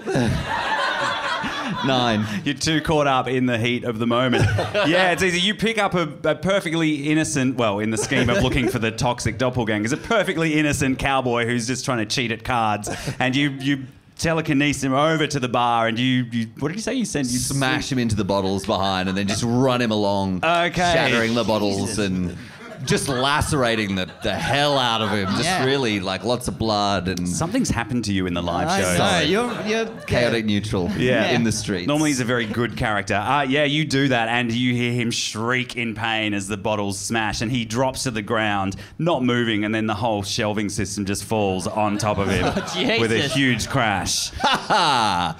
Nine.
You're too caught up in the heat of the moment. yeah, it's easy. You pick up a, a perfectly innocent, well, in the scheme of looking for the toxic doppelgangers, a perfectly innocent cowboy who's just trying to cheat at cards, and you you telekinesis him over to the bar, and you, you what did you say? You send you
Smash him into the bottles behind, and then just run him along,
Okay.
shattering the bottles and. Just lacerating the, the hell out of him. Just
Yeah.
really like lots of blood and
Something's happened to you in the live
I
show.
sorry, you're, you're
chaotic neutral
Yeah.
in the streets.
Normally, he's a very good character. Uh, yeah, you do that, and you hear him shriek in pain as the bottles smash, and he drops to the ground, not moving, and then the whole shelving system just falls on top
[LAUGHS]
of him
Oh, Jesus.
with a huge crash.
ha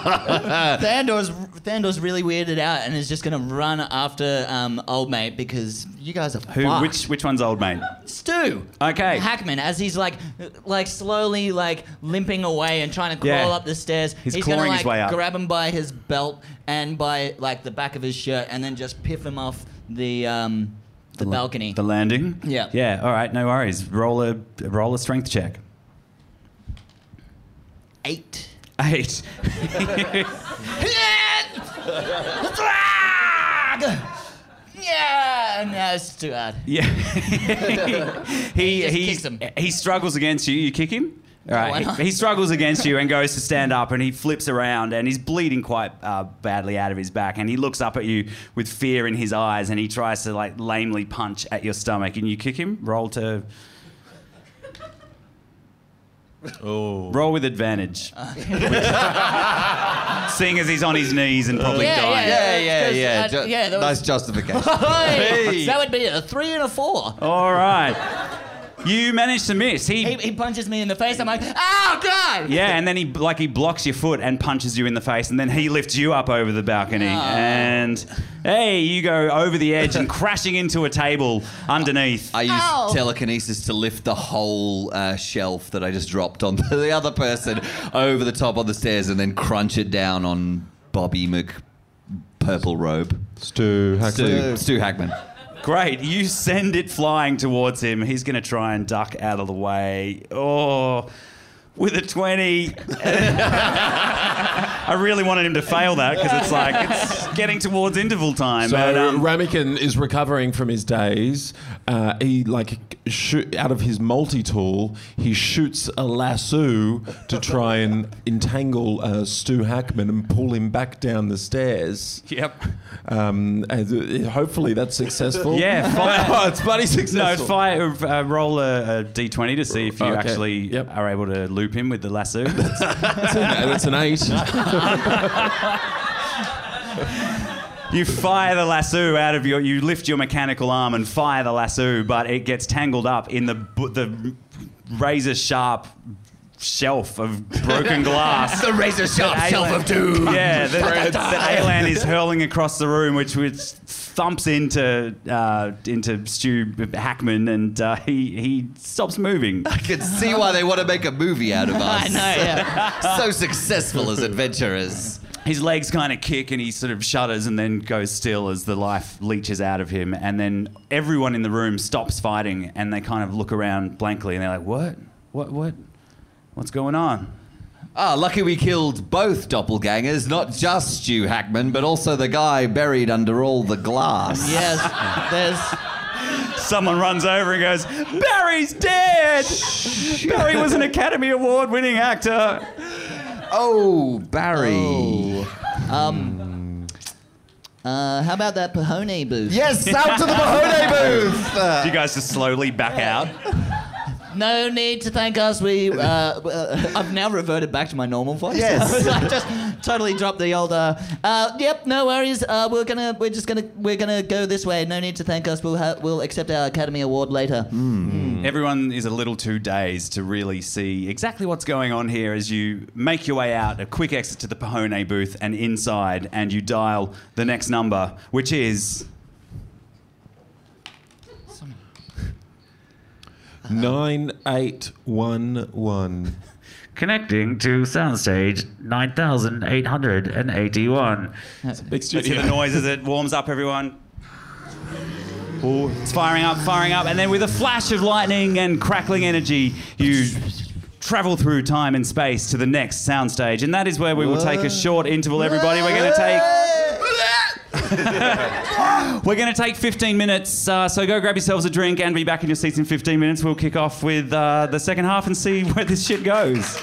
Thandor's Thandor's really weirded out and is just gonna run after um, old mate because you guys are
Who?
fucked.
Which which one's old mate?
Stu?
Okay.
Hackman, as he's like, like slowly like limping away and trying to
Yeah.
crawl up the stairs.
He's
gonna
clawing
like
his way up.
grab him by his belt and by like the back of his shirt and then just piff him off the um, the, balcony.
The landing.
Yeah.
Yeah. All right. No worries. Roll a roll a strength check.
Eight.
Eight.
Yeah, no, it's too hard. [LAUGHS]
Yeah. he
just
he,
kicks him.
he struggles against you. You kick him. All
why
right.
not?
He, he struggles against you and goes to stand up, and he flips around, and he's bleeding quite uh, badly out of his back, and he looks up at you with fear in his eyes, and he tries to like lamely punch at your stomach, and you kick him. Roll to.
Oh.
Roll with advantage. [LAUGHS] Seeing as he's on his knees and probably
Uh. Yeah,
dying.
Yeah, yeah,
Because,
yeah.
uh,
Ju-
yeah, that was-
nice justification.
Hey, That would be a three and a four.
All right. You managed to miss.
He,
He,
he punches me in the face. I'm like, oh god!
yeah, and then he like he blocks your foot and punches you in the face, and then he lifts you up over the balcony, and hey, you go over the edge and crashing into a table underneath.
I used
Ow.
telekinesis to lift the whole uh, shelf that I just dropped onto [LAUGHS] the other person over the top on the stairs and then crunch it down on Bobby Mc Purple Robe.
Stu
Stu, Stu Hackman.
Great. You send it flying towards him. He's going to try and duck out of the way. Oh, with a 20. [LAUGHS] I really wanted him to fail that because it's like, it's getting towards interval time.
So
but, um,
Ramekin is recovering from his days. Uh, he like shoot out of his multi-tool. He shoots a lasso to try and entangle uh, Stu Hackman and pull him back down the stairs.
yep.
Um, and, uh, hopefully that's successful.
Yeah, fire-
oh, it's bloody
No,
successful.
fire, uh, roll a, a d20 to see if you
Okay.
actually
Yep.
are able to loop him with the lasso. [LAUGHS]
[LAUGHS] that's, an, that's an eight.
you fire the lasso out of your, you lift your mechanical arm and fire the lasso, but it gets tangled up in the bu- the razor sharp shelf of broken
[LAUGHS]
glass.
The razor sharp
Aylan- Yeah, that, that Aylan is hurling across the room, which which thumps into uh, into Stu Hackman, and uh, he he stops moving.
I can see why they want to make a movie out of
[LAUGHS]
us.
I know. Yeah.
So successful as adventurers.
His legs kind of kick, and he sort of shudders, and then goes still as the life leeches out of him. And then everyone in the room stops fighting, and they kind of look around blankly, and they're like, "What? What? What? What's going on?"
Ah, lucky we killed both doppelgangers, not just Stu Hackman, but also the guy buried under all the glass.
[LAUGHS]
yes. There's.
Someone runs over and goes, "Barry's dead." Barry was an Academy Award-winning actor.
Oh, Barry.
Oh. Um, uh, how about that Pahone booth?
Yes,
[LAUGHS]
out to the Mahoney booth. Uh,
Do you guys just slowly back out?
No need to thank us. We. Uh, uh, [LAUGHS] I've now reverted back to my normal voice.
Yes.
[LAUGHS] I just totally dropped the old. Uh, uh, yep. No worries. Uh, we're gonna. We're just gonna. We're gonna go this way. No need to thank us. We'll. Ha- we'll accept our Academy Award later.
Everyone is a little too dazed to really see exactly what's going on here as you make your way out, a quick exit to the Pahone booth and inside, and you dial the next number, which is.
Nine eight one one.
Connecting to soundstage 9881.
Big
Let's hear the noise as it warms up, everyone. Ooh, it's firing up, firing up, and then with a flash of lightning and crackling energy, you travel through time and space to the next soundstage, and that is where we will take a short interval. Everybody, we're going to take. [LAUGHS] We're going to take 15 minutes, uh, so go grab yourselves a drink and be back in your seats in 15 minutes. We'll kick off with uh, the second half and see where this shit goes.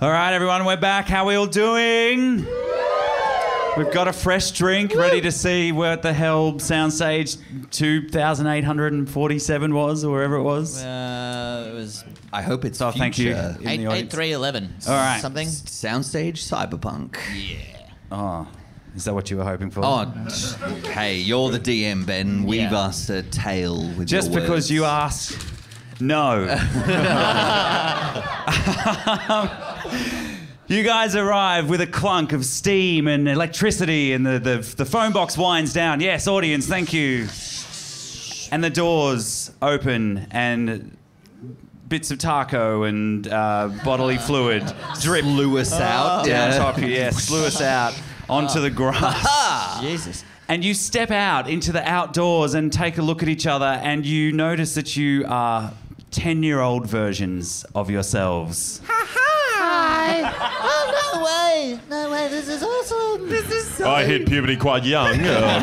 All right, everyone, we're back. How we all doing? We've got a fresh drink ready to see what the hell Soundstage 2847 was, or wherever it was.
Uh, it was
I hope it's
Oh, thank you.
future.
In the audience.
eleven.
All right.
Something.
Soundstage cyberpunk.
Oh, is that what you were hoping for?
Oh, t- hey, you're the DM, Ben. Weave
Yeah.
us a tale with
Just
your
because
words.
you asked,
[LAUGHS]
no. Um, you guys arrive with a clunk of steam and electricity, and the, the, the phone box winds down. Yes, audience, thank you. And the doors open, and bits of taco and uh, bodily fluid drip
blew us out. Ah.
down top you. Yes, blew us out
[LAUGHS]
onto the grass
Ah. Jesus.
and you step out into the outdoors and take a look at each other and you notice that you are 10 year old versions of yourselves.
Hi. oh no way! No way! This is awesome. This is so.
I hit puberty quite young. Uh,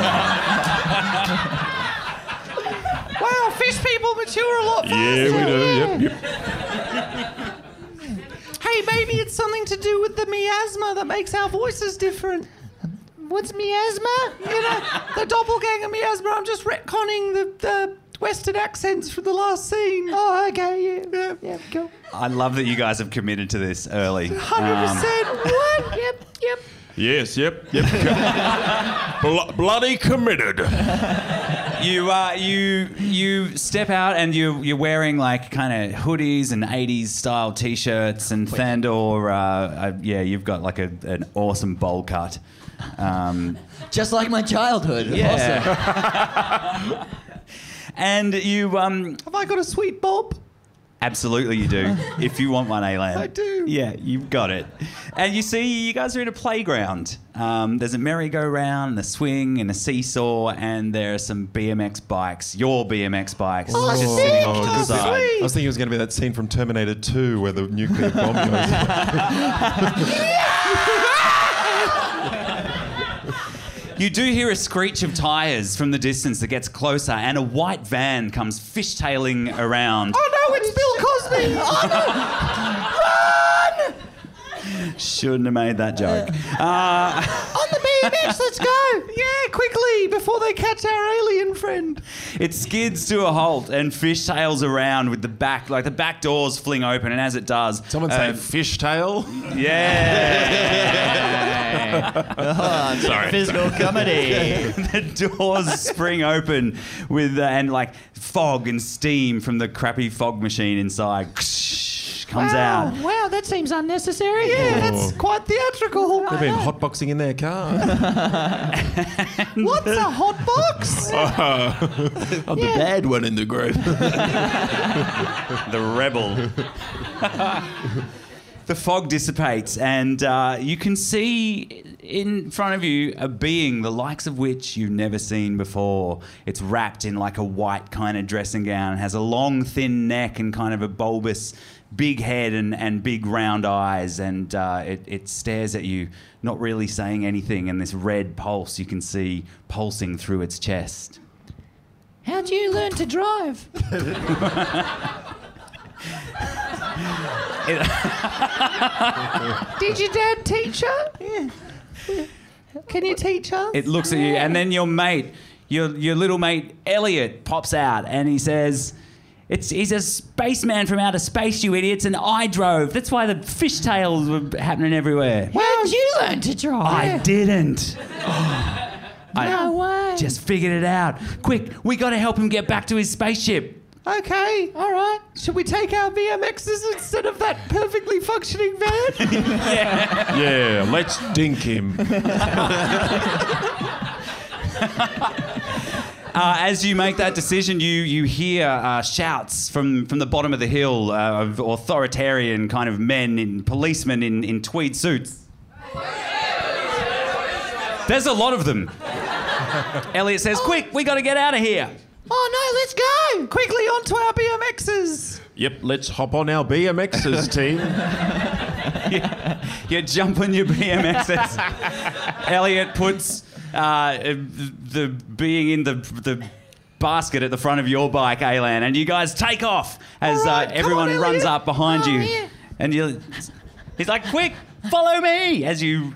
Wow, fish people mature a lot
yeah, we do. Yep, yep.
Hey,
maybe it's something to do with the miasma that makes our voices different. What's miasma? You know, the doppelganger miasma. I'm just retconning the, the Western accents from the last scene. Oh, okay, yeah, yeah, yeah cool.
I love that you guys have committed to this early.
100%. what? Yep, yep.
Yes, yep, yep. [LAUGHS] Blo- bloody committed.
You uh, you you step out and you you're wearing like kind of hoodies and 80s style t-shirts and Thandor. Uh, uh, yeah, you've got like a, an awesome bowl cut. Um,
Just like my childhood. Awesome.
yeah. [LAUGHS] and you um,
Have I got a sweet bob?
absolutely you
[LAUGHS]
do if you want one, Alan.
I do.
Yeah, you've got it. And you see, you guys are in a playground. Um, there's a merry-go-round, and a swing, and a seesaw, and there are some BMX bikes. Your BMX bikes.
Oh,
just
sick.
sitting off to the
Oh,
side.
sweet.
I was thinking it was going to be that scene from Terminator 2 where the nuclear bomb goes.
You do hear a screech of tyres from the distance that gets closer, and a white van comes fishtailing around.
Oh, no, it's Bill Cosby. Oh, no.
[LAUGHS] Shouldn't have made that joke.
On the BMX, let's go. Yeah, quickly, before they catch our alien friend.
It skids to a halt and fishtails around with the back, like the back doors fling open, and as it does,
Someone say
uh,
fishtail.
yeah. [LAUGHS]
Sorry.
Physical comedy.
the doors spring open with uh, and like fog and steam from the crappy fog machine inside comes out.
wow, that seems unnecessary. Yeah, that's quite theatrical.
They've been hotboxing in their [LAUGHS] car.
What's a hot box?
I'm the bad one in the group.
the rebel. the fog dissipates, and uh, you can see in front of you a being the likes of which you've never seen before. It's wrapped in like a white kind of dressing gown, has a long, thin neck, and kind of a bulbous, big head, and, and big round eyes. And uh, it, it stares at you, not really saying anything, and this red pulse you can see pulsing through its chest.
How'd you learn to [LAUGHS] drive? Did your dad teach her? Yeah. Can you teach her?
It looks at you, and then your mate, your your little mate Elliot, pops out, and he says, "It's he's a spaceman from outer space, you idiots!" And I drove. That's why the fishtails were happening everywhere.
How'd you learn to drive?
I didn't. I
[GASPS] No way.
just figured it out. Quick, we got to help him get back to his spaceship.
Okay, all right. Should we take our BMXs instead of that perfectly functioning van?
yeah, let's dink him.
Uh, as you make that decision, you you hear uh, shouts from, from the bottom of the hill uh, of authoritarian kind of men in policemen in, in tweed suits. There's a lot of them. Elliot says, "Quick, we got to get out of here."
oh no, let's go quickly onto our BMXs.
Yep, let's hop on our BMXs, team.
You jump on your
[LAUGHS]
BMXs. Elliot puts uh, the being in the the basket at the front of your bike, Alan, and you guys take off as
All right,
uh,
come
everyone
on,
runs
Elliot.
up behind
Oh,
you,
yeah.
and you. He's like, "Quick, follow me!" As you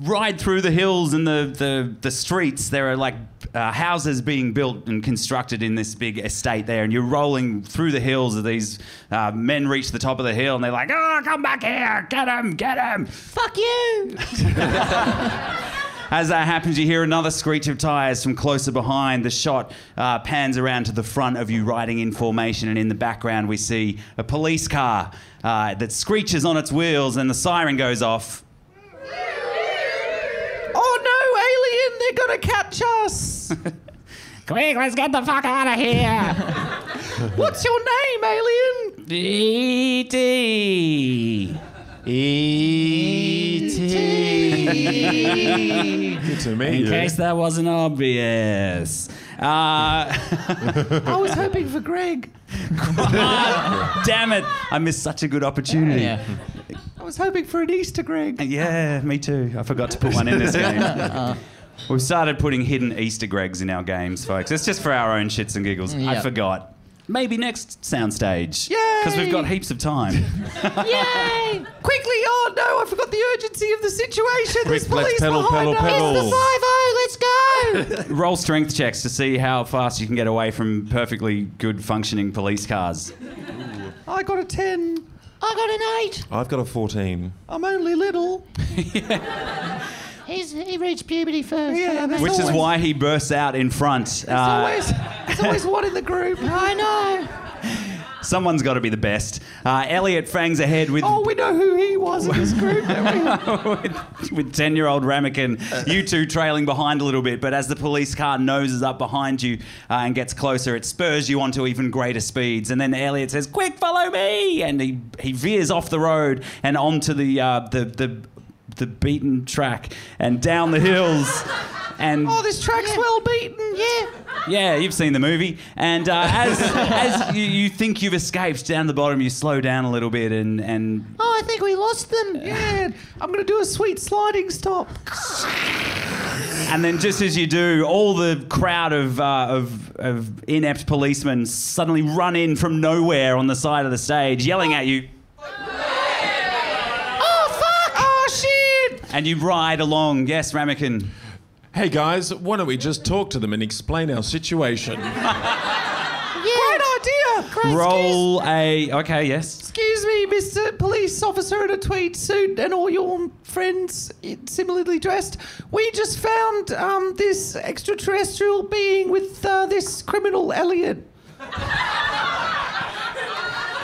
ride through the hills and the the, the streets, there are like. Uh, houses being built and constructed in this big estate there, and you're rolling through the hills. As these uh, men reach the top of the hill, and they're like, "Oh, come back here! Get him! Get him!"
Fuck you.
As that happens, you hear another screech of tyres from closer behind. The shot uh, pans around to the front of you riding in formation, and in the background, we see a police car uh, that screeches on its wheels and the siren goes off.
Oh no, alien, they're gonna catch us.
[LAUGHS] Quick, let's get the fuck out of here!
[LAUGHS] What's your name, alien?
E E.T.
E
Good to
[LAUGHS]
meet
In
you.
case that wasn't obvious. [LAUGHS] Uh,
I was hoping for Greg.
damn it, I missed such a good opportunity.
[LAUGHS] yeah.
I was hoping for an Easter Greg.
Yeah, me too. I forgot to put one in this
[LAUGHS]
game. We've started putting hidden Easter eggs in our games, folks. It's just for our own shits and giggles. I
Yeah.
forgot. Maybe next soundstage.
Yeah.
because we've got heaps of
[LAUGHS]
time.
[LAUGHS] Yay! Quickly! Oh no, I forgot the urgency of the situation. There's
Quick, let's
police
pedal, pedal,
behind us.
pedal.
It's the five O. Let's go.
Roll strength checks to see how fast you can get away from perfectly good functioning police cars.
I got a 10. I got an 8.
I've got a 14.
I'm only little.
He's, he reached puberty first.
Yeah, there's
Which is
always-
why he bursts out in front.
There's
Uh,
always, there's always one in the group. I know.
someone's got to be the best. Uh, Elliot fangs ahead with
Oh, we know who he was in this group. don't
with- [LAUGHS] with 10 year old Ramekin, you two trailing behind a little bit. But as the police car noses up behind you uh, and gets closer, it spurs you onto even greater speeds. And then Elliot says, Quick, follow me! And he, he veers off the road and onto the, uh, the, the, the beaten track and down the hills. And
we? [LAUGHS] Oh, this track's well beaten. Yeah.
yeah, you've seen the movie. And
[LAUGHS]
uh, as, as you, you think you've escaped down the bottom, you slow down a little bit and, and
Oh, I think we lost them. Yeah. I'm going to do a sweet sliding stop.
And then, just as you do, all the crowd of, uh, of, of inept policemen suddenly run in from nowhere on the side of the stage, yelling at you,
Oh, fuck. Oh, shit.
and you ride along. Yes, Ramekin.
Hey guys, why don't we just talk to them and explain our situation?
Great idea. Great
Roll a. Okay, yes.
Excuse me, Mr. Police Officer in a tweed suit, and all your friends similarly dressed. We just found um, this extraterrestrial being with uh, this criminal Elliot. [LAUGHS]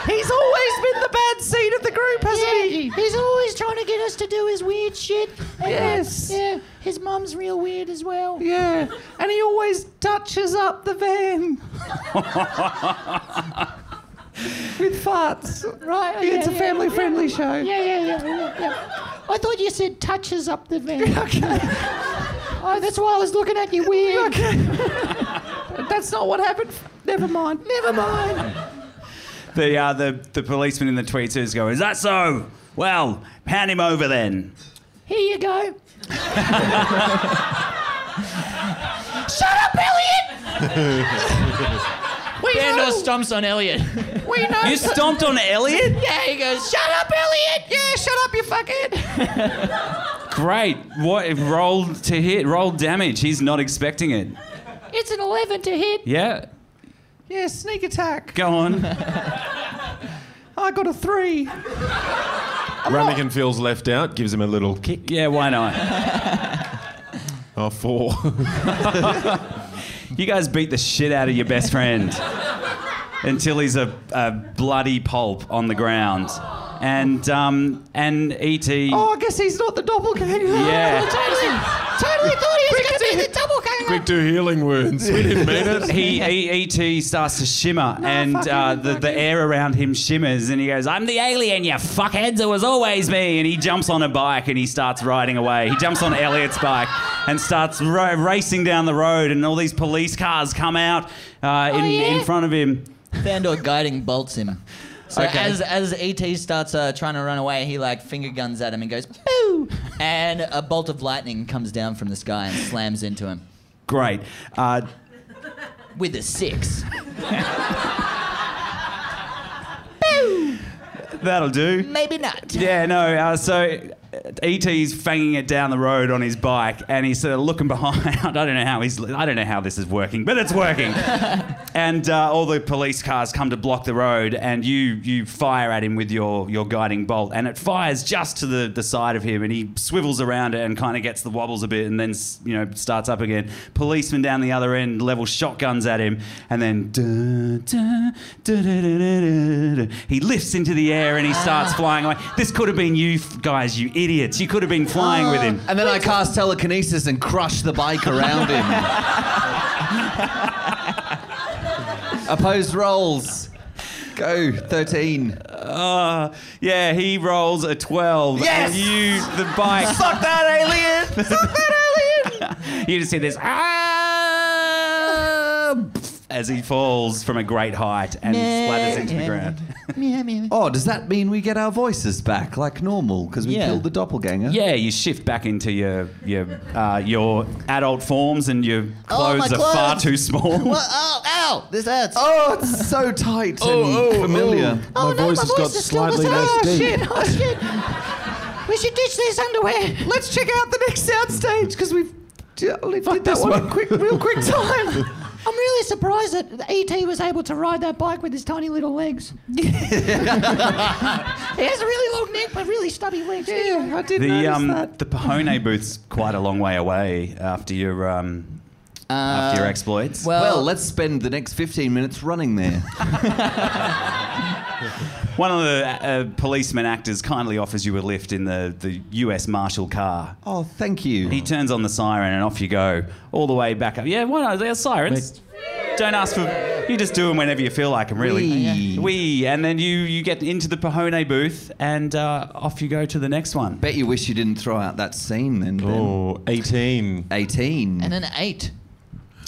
He's always been the bad seed of the group, hasn't
Yeah,
he?
he's always trying to get us to do his weird shit. And,
Yes.
Yeah, his mum's real weird as well.
Yeah, and he always touches up the van
[LAUGHS]
with farts.
Right. oh,
It's
yeah,
a
yeah.
family-friendly show.
Yeah, yeah, yeah, yeah, yeah. I thought you said touches up the van.
[LAUGHS]
Oh, that's why I was looking at you weird. [LAUGHS]
That's not what happened. Never mind. Never mind.
The, uh, the, the policeman in the tweet suit is going, Is that so? Well, hand him over then.
Here you
[LAUGHS]
go.
Shut up, Elliot! we know.
Gandalf stomps on Elliot.
we know.
You stomped on Elliot?
yeah, he goes,
Shut up, Elliot! Yeah, shut up, you fucking.
Great. What? Roll to hit. Roll damage. He's not expecting it.
It's an 11 to hit.
Yeah.
Yeah, sneak attack.
Go on.
I got a three.
Ramekin feels left out, gives him a little kick.
Yeah, why not?
Oh, four.
You guys beat the shit out of your best friend until he's a, a bloody pulp on the ground. And um, and ET,
Oh, I guess he's not the doppelganger.
Yeah.
[LAUGHS] totally, totally thought he was going to be the doppelganger.
Quick, do healing wounds. We didn't mean it.
he,
[LAUGHS]
he ET starts to shimmer, and
fuck him,
uh, the
fuck
the
him.
air around him shimmers, and he goes, "I'm the alien, you fuckheads! It was always me." And he jumps on a bike and he starts riding away. He jumps on Elliot's bike and starts ra- racing down the road, and all these police cars come out uh,
Oh,
in in
yeah?
front of him.
Thandor guiding bolts him. So
Okay.
as as ET starts uh, trying to run away, he like finger guns at him and goes boo, and a bolt of lightning comes down from the sky and slams into him
Great. Uh,
with a six.
that'll do.
[LAUGHS]
Maybe not.
Yeah, no. Uh, so uh, ET's fanging it down the road on his bike, and he's sort of looking behind. [LAUGHS] I don't know how he's. I don't know how this is working, but it's working. and uh, all the police cars come to block the road, and you you fire at him with your your guiding bolt, and it fires just to the the side of him, and he swivels around it and kind of gets the wobbles a bit, and then s- you know starts up again. Policeman down the other end level shotguns at him, and then duh, duh, duh, duh, duh, duh, duh, duh. he lifts into the air and he starts flying away. This could have been you f- guys, you idiots. You could have been flying with him.
And then I cast telekinesis and crush the bike around him. Opposed rolls. Go, 13.
Uh, yeah, he rolls a 12.
Yes!
And you, the bike.
Fuck
[LAUGHS]
that alien!
you just hear this. Ah! as he falls from a great height [LAUGHS] and splatters into the
[LAUGHS]
ground.
Meow, meow.
Oh, does that mean we get our voices back like normal because we
Yeah.
killed the doppelganger?
Yeah, you shift back into your your uh, your adult forms, and your
Oh,
clothes
my
are far
clothes.
too small.
Wha- oh, ow! This hurts.
Oh, it's so tight and familiar.
Oh,
my
no,
voice
my
has
voice
got
is still the
slightly
same.
less
Oh,
deep.
shit. Oh, shit. we should ditch these underwear.
Let's check out the next soundstage because we've d- only did that
this
one,
one.
in quick,
[LAUGHS]
real quick time.
I'm really surprised that E.T. was able to ride that bike with his tiny little
[LAUGHS]
legs. he has a really long neck, but really stubby legs.
yeah, I
[LAUGHS]
did
The
notice
um
that.
the Pahone booth's quite a long way away after your um after your exploits.
well,
Well, let's spend the next 15 minutes
[LAUGHS]
running there.
One of the uh, policeman actors kindly offers you a lift in the, the U.S. Marshal car.
oh, thank you.
He turns on the siren and off you go all the way back up. Yeah, why not? They're sirens. Don't ask for. You just do them whenever you feel like them, really.
Wee.
We and then you you get into the Pahone booth and uh, off you go to the next one.
Bet you wish you didn't throw out that scene then. Ben.
Oh, 18.
18.
and an eight.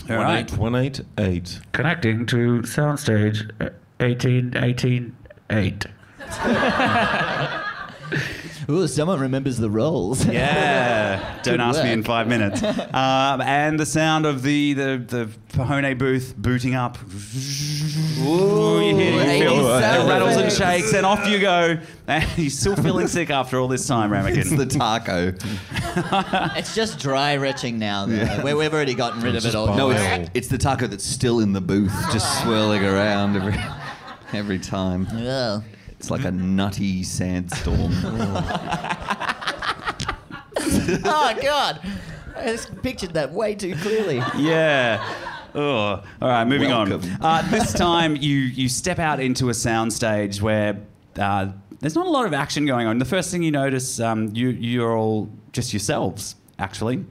All right.
1888.
Connecting to soundstage uh, 18, 18, 8.
Ooh, someone remembers the
[LAUGHS]
rolls.
Yeah. Don't
Good
ask me
work.
in five minutes. Um, and the sound of the the the Pahone booth booting up. Ooh, you hear, you feel
eighties
it
sound
rattles and
effects.
shakes, and off you go. [LAUGHS] And you're still feeling sick after all this time,
[LAUGHS] It's
Ramakin.
the taco.
It's just dry retching now, though. We- We've already gotten rid of it all.
Oh.
No, it's, it's the taco that's still in the booth, just swirling around every, every time.
Ugh.
It's like a nutty sandstorm.
[LAUGHS] Oh, God. I just pictured that way too
[LAUGHS]
clearly.
[LAUGHS] yeah. Ugh. All right, moving
Welcome.
on. Uh, this time, you you step out into a soundstage where uh, there's not a lot of action going on. The first thing you notice, um, you you're all just yourselves, actually.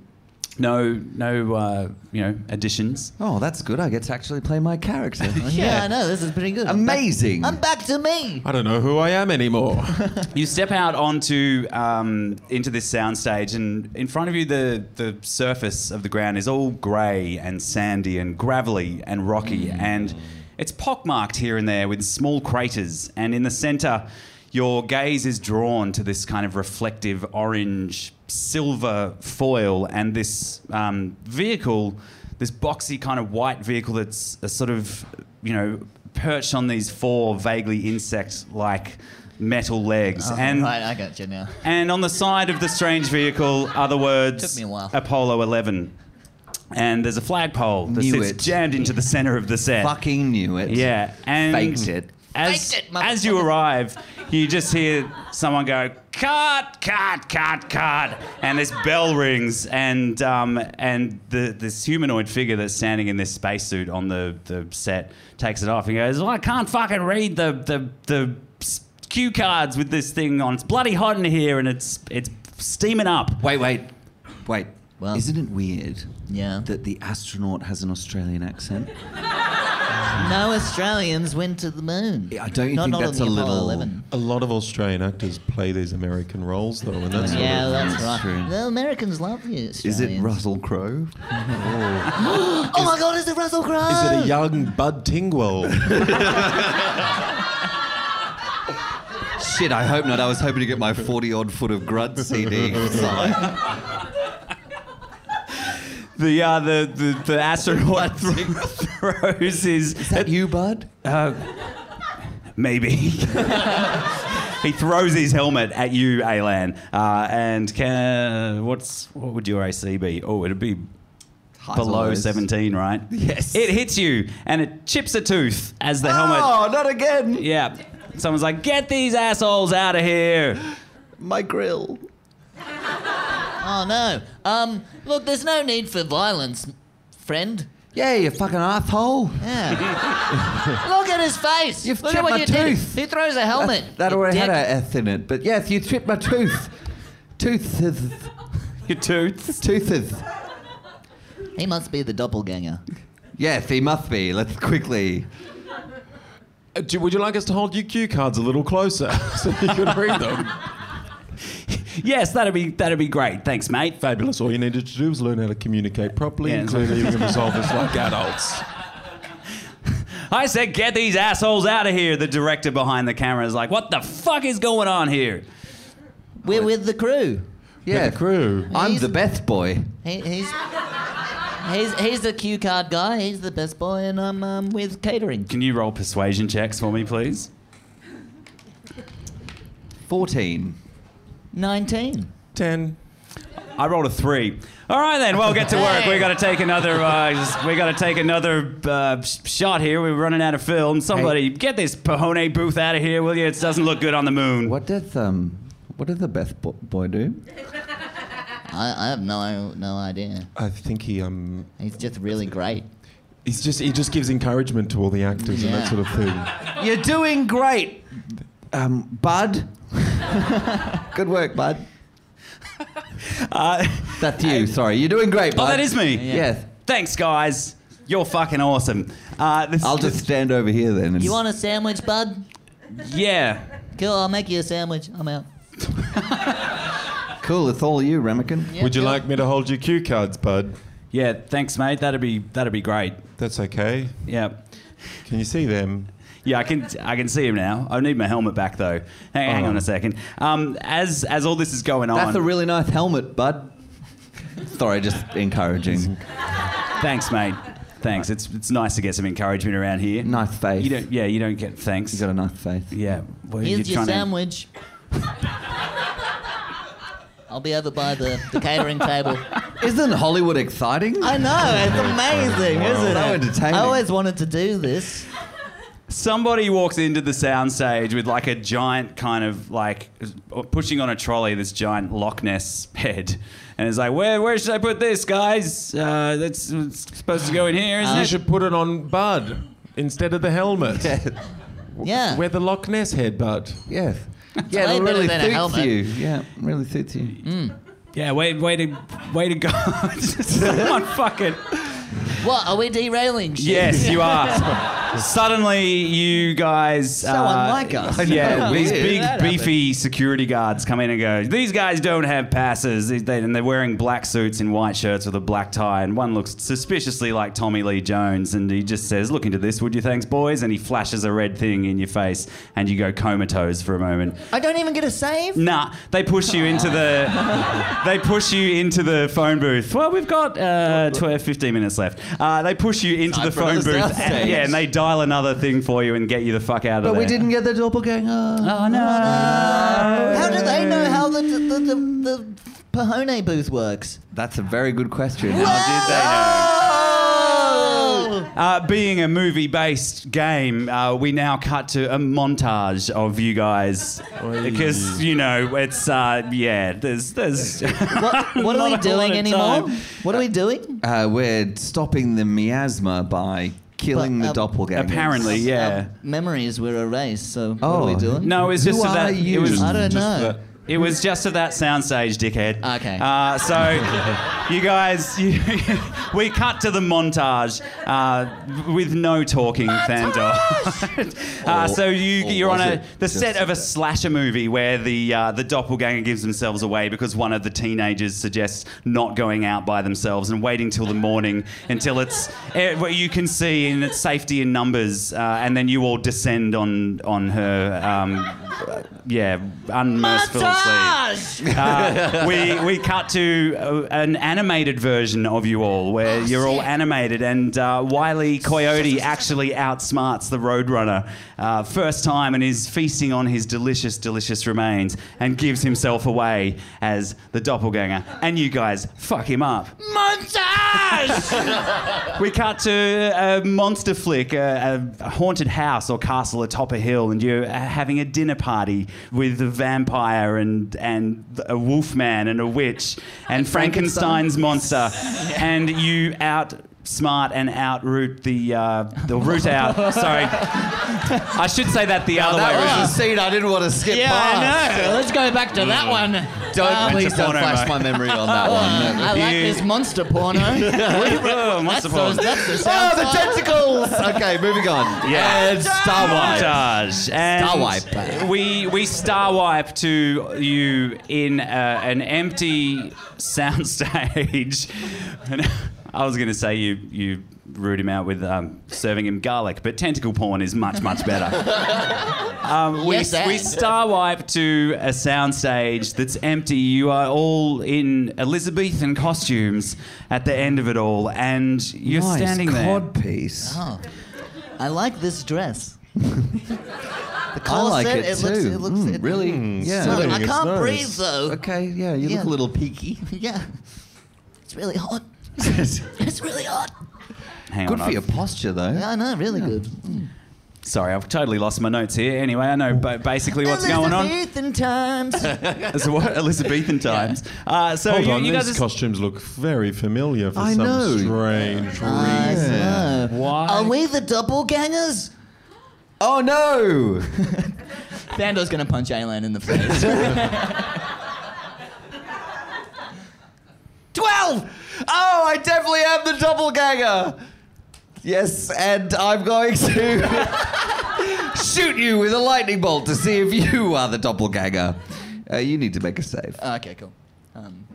No, no, uh, you know, additions.
oh, that's good. I get to actually play my character.
[LAUGHS] Yeah, I know. This is pretty good. I'm back-
Amazing.
I'm back to me.
I don't know who I am anymore. [LAUGHS]
You step out onto um, into this soundstage, and in front of you, the the surface of the ground is all grey and sandy and gravelly and rocky, and it's pockmarked here and there with small craters. And in the centre, your gaze is drawn to this kind of reflective orange silver foil and this um, vehicle, this boxy kind of white vehicle that's a sort of you know perched on these four vaguely insect-like metal legs and
Oh, right, I got you now.
and on the side of the strange vehicle are the words
Took me a while.
Apollo 11 and there's a flagpole that
Knew
sits
it.
jammed into the center of the set
Fucking knew it.
yeah and
Faked it.
as,
Faked it,
as you
motherfucker.
arrive you just hear someone go cut cut cut cut and this bell rings and um, and the this humanoid figure that's standing in this spacesuit on the, the set takes it off and goes well I can't fucking read the the the s- cue cards with this thing on it's bloody hot in here and it's it's steaming up
Wait, wait, wait.
Well-
Isn't it weird
Yeah.
that the astronaut has an Australian accent?
No Australians went to the moon.
Yeah, don't you
not,
think
not
that's
on
a
the Apollo
little-
11.
A lot of Australian actors play these American roles, though, and that's
Yeah, that's
That's
right.
true.
The Americans love you.
Is it
Australians.
Russell Crowe?
Oh my God! Is it Russell Crowe?
Is it a young Bud Tingwell?
Shit, I hope not. I was hoping to get my 40 odd foot of Grud CD. Sorry.
the uh, the, the the astronaut [LAUGHS] throws his
Is that you, bud?
Maybe. [LAUGHS] he throws his helmet at you, Alan. Uh, and can, what's what would your AC be? Oh, it'd be
Highs or
below
lows?
17, right?
Yes.
It hits you and it chips a tooth as the helmet.
Oh, not again.
Yeah. Someone's like, get these assholes out of here.
My grill.
Oh no. Um, look, there's no need for violence, friend.
Yeah, you fucking asshole.
Yeah. [LAUGHS] look at his face.
You've
look at
chipped
what
my
you
tooth.
did. He throws a helmet.
That
you
already
dick.
had a F in it, but yes, you tripped my tooth. Tooth.
Your tooth.
Tootheth.
He must be the doppelganger.
Yes, he must be. Let's quickly.
[LAUGHS] Uh, do- would you like us to hold your cue cards a little closer [LAUGHS] so you can read them?
Yes, that'd be that'd be great. Thanks, mate.
Fabulous. All you needed to do was learn how to communicate properly,
Yeah,
and
that's
[LAUGHS] clearly you can resolve this like adults.
[LAUGHS] I said, get these assholes out of here. The director behind the camera is like, what the fuck is going on here?
We're with the crew.
Yeah,
the crew.
I'm
He's-
the Beth boy.
He, he's. He's, he's the cue card guy. He's the best boy, and I'm um, with catering.
Can you roll persuasion checks for me, please?
14.
19.
10.
I rolled a three. All right then, well, get to work. We got to take another. Uh, s- we got to take another uh, sh- shot here. We're running out of film. Somebody get this Pahone booth out of here, will you? It doesn't look good on the moon.
What did um, what did the Beth bo- boy do?
I, I have no no idea.
I think he um
He's just really great.
he's just he just gives encouragement to all the actors and that
Yeah.
sort of thing.
You're doing great, um, Bud. Good work, Bud.
Uh,
That's you. Sorry, you're doing great, Bud.
oh, that is me.
Yes.
Thanks, guys. You're fucking awesome. Uh, this,
I'll just stand over here then. And
You want a sandwich, bud?
[LAUGHS] yeah.
Cool, I'll make you a sandwich. I'm out.
cool. It's all you, Ramekin.
Yeah,
Would you
cool.
like me to hold your cue cards, bud?
Yeah, thanks, mate. That'd be that'd be great.
That's okay.
Yeah,
Can you see them?
yeah. I can I can see him now. I need my helmet back though. Hang, hang
Oh.
on a second. Um, as as all this is going
That's
on,
a really nice helmet, Bud. Sorry, just encouraging.
thanks, mate. Thanks. It's it's nice to get some encouragement around here.
Nice face.
You don't. Yeah, you don't get thanks.
He's got a nice face.
yeah. Well, you're
Here's your
trying to-
sandwich. I'll be over by the, the catering table.
Isn't Hollywood exciting?
I know, it's amazing, isn't
So
it?
entertaining.
I always wanted to do this.
Somebody walks into the soundstage with like a giant kind of like pushing on a trolley this giant Loch Ness head, and it's like, where where should I put this, guys? Uh, that's it's supposed to go in here, isn't
Uh, you
it?
should put it on Bud instead of the helmet.
Yeah.
We're the Loch Ness head, Bud.
Yes. Yeah,
way
it
better
really
than a
suits
helmet.
you. Yeah, it really suits you.
Yeah, way way to way to go. [LAUGHS] Someone fucking
What, are we derailing shit?
yes, you are. Suddenly, you guys. So
unlike us. I
[LAUGHS]
know, [LAUGHS]
Yeah, these
weird.
big
That
beefy security guards come in and go. These guys don't have passes, These- they- and they're wearing black suits and white shirts with a black tie. And one looks suspiciously like Tommy Lee Jones, and he just says, "Look into this, would you, thanks, boys?" And he flashes a red thing in your face, and you go comatose for a moment.
I don't even get a save?
Nah, they push you into the they push you into the phone booth. Well, we've got uh, 12, 15 minutes left. Uh, they push you into the
Time for
phone
another
booth,
soundstage.
and, [LAUGHS] yeah, and they dial another thing for you and get you the fuck out of
But
there.
we didn't get the doppelganger.
Oh no!
How do they know how the, the, the, the Pahone booth works?
That's a very good question.
How Oh, did they know?
Oh!
Uh, being a movie based game, uh, we now cut to a montage of you guys. Because, you know, it's, uh, yeah, there's.
[LAUGHS]
there's
What,
[LAUGHS]
what are we
Not a lot
doing
of
anymore?
time.
What are we doing?
Uh, we're stopping the miasma by killing
But,
the
um,
doppelganger.
Apparently, yeah.
Our memories were erased, so
Oh.
what are we doing?
No, it's
Who
just of
are
that. It
you?
was,
I don't know.
that-
It was just of that soundstage, dickhead.
Okay.
Uh, so, [LAUGHS] you guys, you, [LAUGHS] we cut to the montage uh, with no talking, Thandor. [LAUGHS] uh, so you,
Or- or
you're on
was
a
it
the
just
set of a
that?
slasher movie where the uh, the doppelganger gives themselves away because one of the teenagers suggests not going out by themselves and waiting till the morning until it's eh, what you can see in its safety in numbers, uh, and then you all descend on on her. Um, yeah, unmercifully. Uh, we we cut to uh, an animated version of you all, where you're all animated, and uh, Wiley Coyote actually outsmarts the Roadrunner uh, first time, and is feasting on his delicious, delicious remains, and gives himself away as the doppelganger, and you guys fuck him up. We cut to a monster flick, a, a haunted house or castle atop a hill, and you're uh, having a dinner party with a vampire and and a wolfman and a witch and Frankenstein's monster, and you outsmart and outroot the uh, the root out. Sorry, I should say that the other way.
That
around.
was the scene I didn't want to skip
Oh. Yeah, I know. Let's go back to that one.
Mm. Don't
Um,
please don't
porno
flash
mode.
my
[LAUGHS]
memory on that one.
I like
You-
this monster porno.
[LAUGHS]
Oh,
[LAUGHS] that's,
monster
the,
porn.
that's the sound.
Oh, the tentacles. [LAUGHS] Okay, moving on.
Yeah.
and Star Wars.
Montage. And
Star wipe.
We we star wipe to you in uh, an [LAUGHS] empty soundstage. And I was going to say you you root him out with um, serving him garlic. But tentacle porn is much, much
[LAUGHS]
better. Um, we,
Yes, and.
we star wipe to a soundstage that's empty. You are all in Elizabethan costumes at the end of it all, and you're
nice
standing there.
cod piece.
Ah, I like this
[LAUGHS]
dress. the
I
corset,
like it,
it
too.
looks, it looks,
Mm,
it-
really, yeah.
I
Stunning,
can't
it's nice.
breathe though.
Okay, yeah, you
Yeah.
look a little peaky.
Yeah, it's really
[LAUGHS]
hot. it's really hot.
Hang
Good
on,
for
I've-
your posture, though.
Yeah, I know, really good.
Sorry, I've totally lost my notes here. Anyway, I know ba- basically what's going on.
Elizabethan times.
[LAUGHS]
It's what
[LAUGHS]
Elizabethan times. Uh, so
Hold
you,
on,
you
these
guys are-
costumes look very familiar for
I
some
know.
strange
I
reason.
know.
Why?
Are we the doppelgangers?
Oh no! [LAUGHS]
Bando's gonna punch Alan in the [LAUGHS] face.
Twelve! Oh, I definitely am the doppelganger. Yes, and I'm going to [LAUGHS] shoot you with a lightning bolt to see if you are the doppelganger. Uh, you need to make a save.
okay, cool. Um,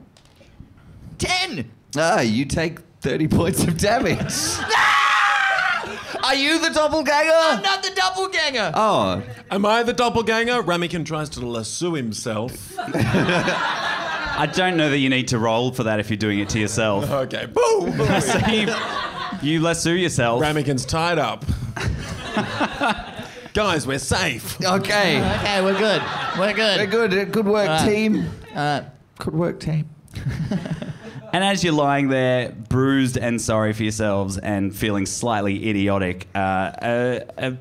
Ten.
Ah, you take thirty points of
[LAUGHS]
damage. [LAUGHS] are you the doppelganger?
I'm not the doppelganger.
oh,
Am I the doppelganger? Ramekin tries to lasso himself.
I don't know that you need to roll for that if you're doing it to yourself.
Okay, boom!
[LAUGHS] so you, you lasso yourself.
Ramekin's tied up. Guys, we're safe.
okay.
Okay, we're good. We're good.
Very good. uh, Good work,
Right.
team.
Uh,
Good work, team.
And as you're lying there, bruised and sorry for yourselves, and feeling slightly idiotic, uh, a, a,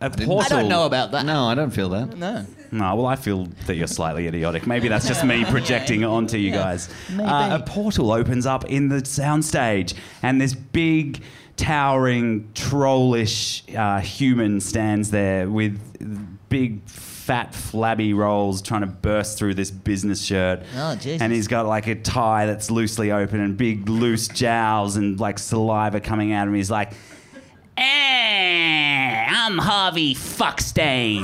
a portal.
I don't know about that.
No, I don't feel that.
No.
No, well, I feel that you're slightly idiotic. Maybe that's just
[LAUGHS]
me projecting it onto you guys. Uh, a portal opens up in the soundstage, and this big, towering, trollish uh, human stands there with big, fat, flabby rolls trying to burst through this business shirt.
Oh, Jesus.
And he's got like a tie that's loosely open and big, loose jowls and like saliva coming out of him. He's like, Eh, I'm Harvey Fuckstein.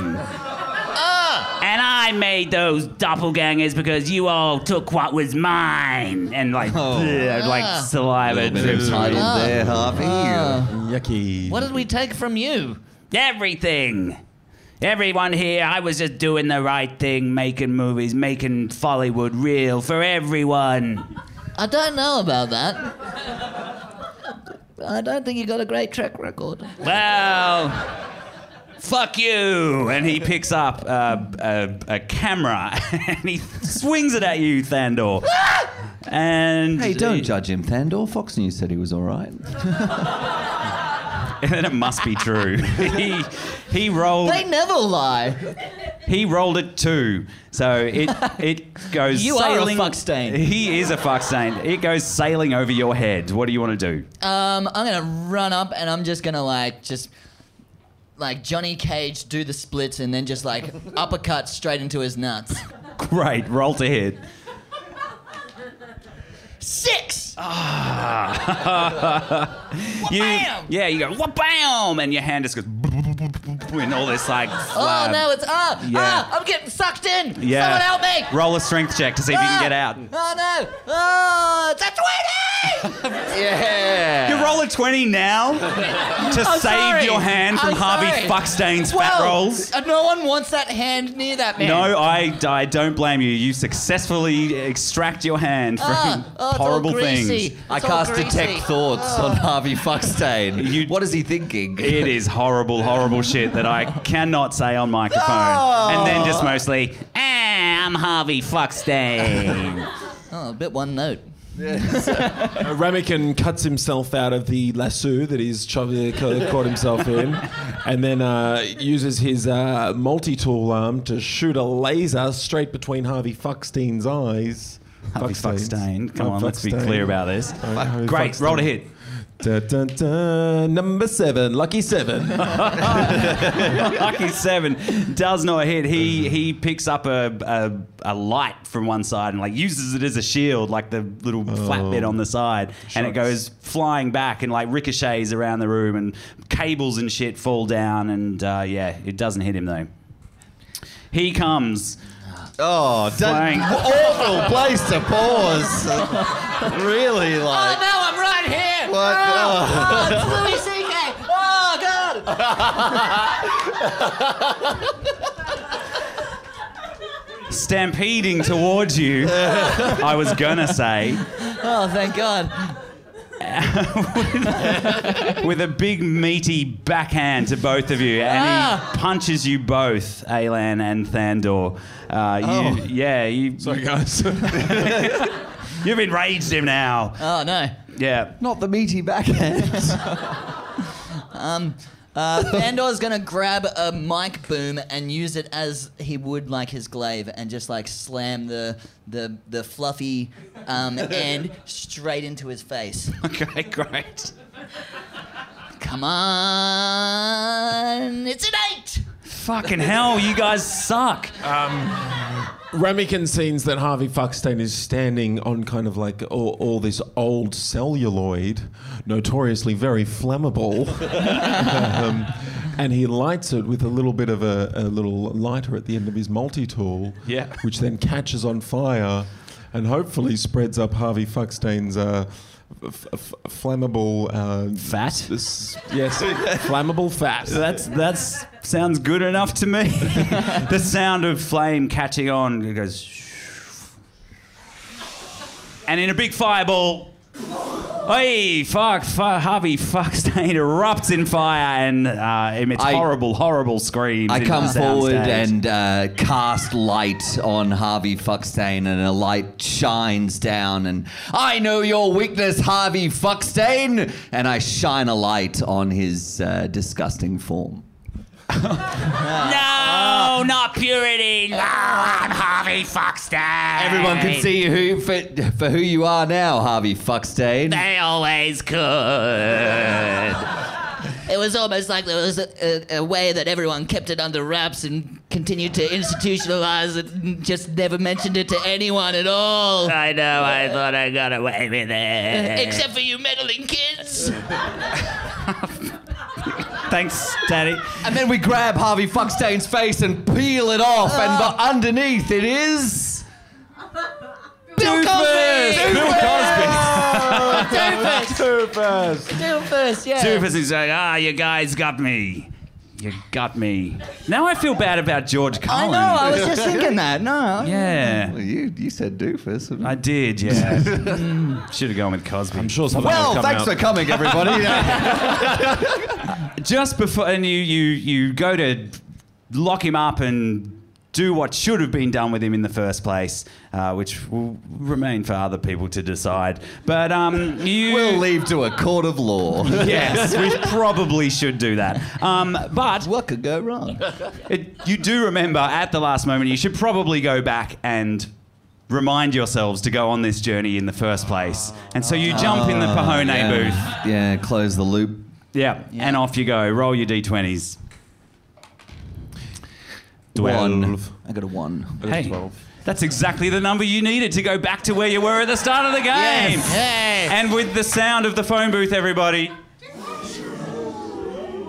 And I made those doppelgangers because you all took what was mine. And like,
Oh.
bleh, like
Ah.
saliva. drips from
Titled
it.
there, Harvey.
Yucky.
What did we take from you?
Everything. Everyone here, I was just doing the right thing, making movies, making Follywood real for everyone.
I don't know about that. I don't think you got a great track record.
Well, fuck you. And he picks up uh, a, a camera [LAUGHS] and he swings it at you, Thandor. And
Hey, don't judge him, Thandor. Fox News said he was all right.
then [LAUGHS] it must be true. he he rolled
They never lie.
he rolled it two, so
[LAUGHS]
it it goes.
You are a
sailing,
fuck stain.
He is a fuck stain. It goes sailing over your head. What do you want to do?
Um, I'm gonna run up and I'm just gonna like just like Johnny Cage do the splits and then just [LAUGHS] like uppercut straight into his nuts.
Great, roll to hit.
Six.
You,
Wha-bam!
yeah, you go wha bam, and your hand just goes [LAUGHS] and all this like.
Oh
flab.
no, it's up.
yeah.
Ah, I'm getting sucked in.
Yeah.
Someone help me.
Roll a strength check to see if you can get out.
Oh no! Oh, it's a 20!
Yeah.
You roll a 20 now to save
sorry.
your hand from
I'm
Harvey
sorry.
Fuckstain's fat
Well,
rolls.
uh, No one wants that hand near that man.
No, I, I don't blame you. You successfully extract your hand from
Ah, oh, it's all
horrible
greasy.
things.
I
It's all
cast
greasy. Oh,
detect thoughts on Harvey Fuckstein.
You-
what is he thinking?
It is horrible, horrible shit that
[LAUGHS]
I cannot say on microphone. And then
Oh.
just mostly, "Ah, I'm Harvey Fuckstein.
Oh, a bit one note.
Uh, Ramekin cuts himself out of the lasso that he's cho- uh, ca- caught himself in, and then uh, uses his uh, multi-tool arm to shoot a laser straight between Harvey Fuckstein's eyes.
Harvey Fuckstein. Come
Oh,
on, let's be
Fuckstein.
clear about this.
Sorry, Harvey
Great, roll to
Fuckstein.
hit.
Dun, dun, dun. Number seven, lucky seven. [LAUGHS]
Lucky seven does not hit. He he picks up a, a a light from one side and like uses it as a shield, like the little flat bit on the side, and it goes flying back and like ricochets around the room, and cables and shit fall down, and uh, yeah, it doesn't hit him though. He comes.
Oh,
Flying.
dun-
[LAUGHS]
awful place to pause. really,
Oh
like.
no, I'm right here! Ah.
Oh.
it's Louis C.K. Oh God!
Stampeding towards you, I was gonna say,
Oh, thank God.
with a big meaty backhand to both of you, and
Ah.
he punches you both, Alan and Thandor. Uh, you, Yeah, you,
Sorry, guys.
[LAUGHS] you've enraged him now.
Oh no.
Yeah.
Not the
[LAUGHS]
meaty backhand.
Uh, Thandor's gonna grab a mic boom and use it as he would like his glaive, and just like slam the the the fluffy um, end straight into his face.
Okay, great.
Come on, it's an eight.
Fucking hell, you guys suck.
Ramekin sees that Harvey Fuckstein is standing on kind of like all, all this old celluloid, notoriously very flammable, [LAUGHS] um, and he lights it with a little bit of a, a little lighter at the end of his multi-tool,
Yeah.
which then catches on fire, and hopefully spreads up Harvey Fuckstein's. Uh, f- f- flammable uh,
Fat?
s- yes, [LAUGHS] flammable fat.
That's that's sounds good enough to
[LAUGHS]
me. the sound of flame catching on it goes, and in a big fireball. Hey, fuck, fuck, Harvey [LAUGHS] Fuckstein erupts in fire and uh, emits
I-
horrible, horrible screams.
I
into
come
the soundstage.
forward and uh, cast light on Harvey Fuckstein, and a light shines down. And I know your weakness, Harvey Fuckstein, and I shine a light on his uh, disgusting form. Ah.
No, not purity. No, I'm Harvey Fuckstein.
Everyone can see who for, for who you are now, Harvey Fuckstein.
They always could.
It was almost like there was a, a, a way that everyone kept it under wraps and continued to institutionalize it, and just never mentioned it to anyone at all.
I know. I thought I got away with it.
Except for you meddling kids.
Thanks, Daddy.
And then we grab Harvey Fuckstein's face and peel it off, and but underneath it is.
Bill Cosby!
Bill Cosby.
Doofus! Doofus, yeah.
Doofus is like, ah, you guys got me. You got me. Now I feel bad about George
I
Cullen.
know, I was just thinking that. No.
Yeah,
You, you said doofus.
I did. Yeah, should have gone with Cosby.
I'm sure something will
Well,
come
thanks
out.
for coming, everybody.
Just before, and you you you go to lock him up and do what should have been done with him in the first place, uh, which will remain for other people to decide. But um, you
[LAUGHS] we'll leave to a court
[LAUGHS]
of law.
Yes,
[LAUGHS]
we probably should do that. Um, but
what could go wrong?
It, you do remember at the last moment, you should probably go back and remind yourselves to go on this journey in the first place. And so you jump in the Pahone booth.
yeah. Yeah, close the loop.
Yeah, and off you go. Roll your d20s.
One. I got a one.
Hey, that's exactly the number you needed to go back to where you were at the start of the game.
Yes.
And with the sound of the phone booth, everybody.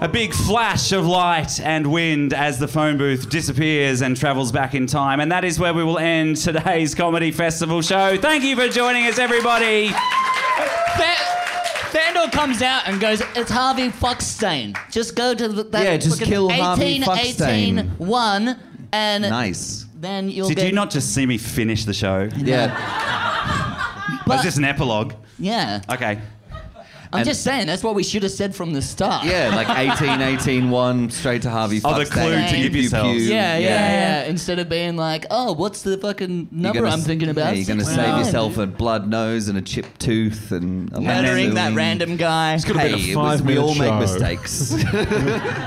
A big flash of light and wind as the phone booth disappears and travels back in time. And that is where we will end today's Comedy Festival show. Thank you for joining us, everybody.
Fa- Fandor comes out and goes, It's Harvey Fuckstein. Just go to the, that
Yeah, just
fucking
kill Harvey
18,
Fuckstein.
18, 1, and
Nice.
then you'll
Did
get.
you not just see me finish the show?
Yeah.
Was this an epilogue?
Yeah.
Okay.
I'm
And-
just saying, that's what we should have said from the start.
Yeah, like 18, 18, 1, straight to Harvey
Oh, the
Fuckstein.
clue to give
Pew,
yourselves.
pew.
Yeah, yeah, yeah, Instead of being like, oh, what's the fucking
You're
number
gonna
I'm
s-
thinking about? oh,
Yeah, you're going to save
69.
yourself a blood nose and a chipped tooth and a
Murdering
lasso
that
wing.
random guy.
Could have
Hey,
been a
it was- we
five-minute
all make
show.
[LAUGHS] mistakes.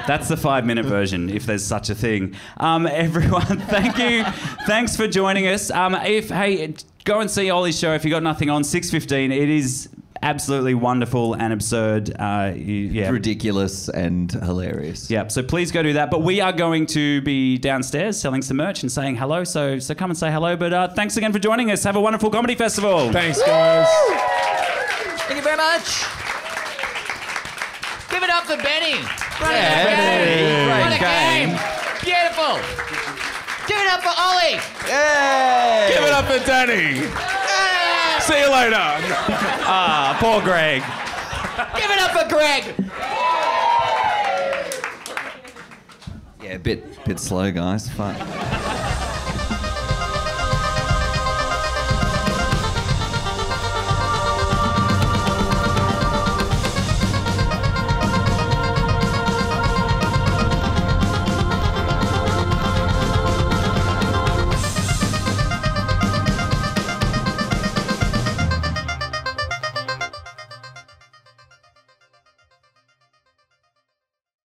That's the five minute version, if there's such a thing. Um, [LAUGHS] everyone, thank you. Thanks for joining us. Um, if hey, go and see Ollie's show if you got nothing on six fifteen. It is absolutely wonderful and absurd. Uh, you- yeah.
Ridiculous and hilarious.
Yeah, so please go do that. But we are going to be downstairs selling some merch and saying hello. So so come and say hello. But uh, thanks again for joining us. Have a wonderful comedy festival.
Thanks, guys.
Thank you very much. Give it up for Benny. What
Yeah,
a
Benny.
game.
Great
What a
game.
game. Beautiful. Give it up for Ollie.
Hey!
Give it up for Danny. See you later.
Ah, poor Greg.
Give it up for Greg.
Yeah, a bit, bit slow, guys. Fuck.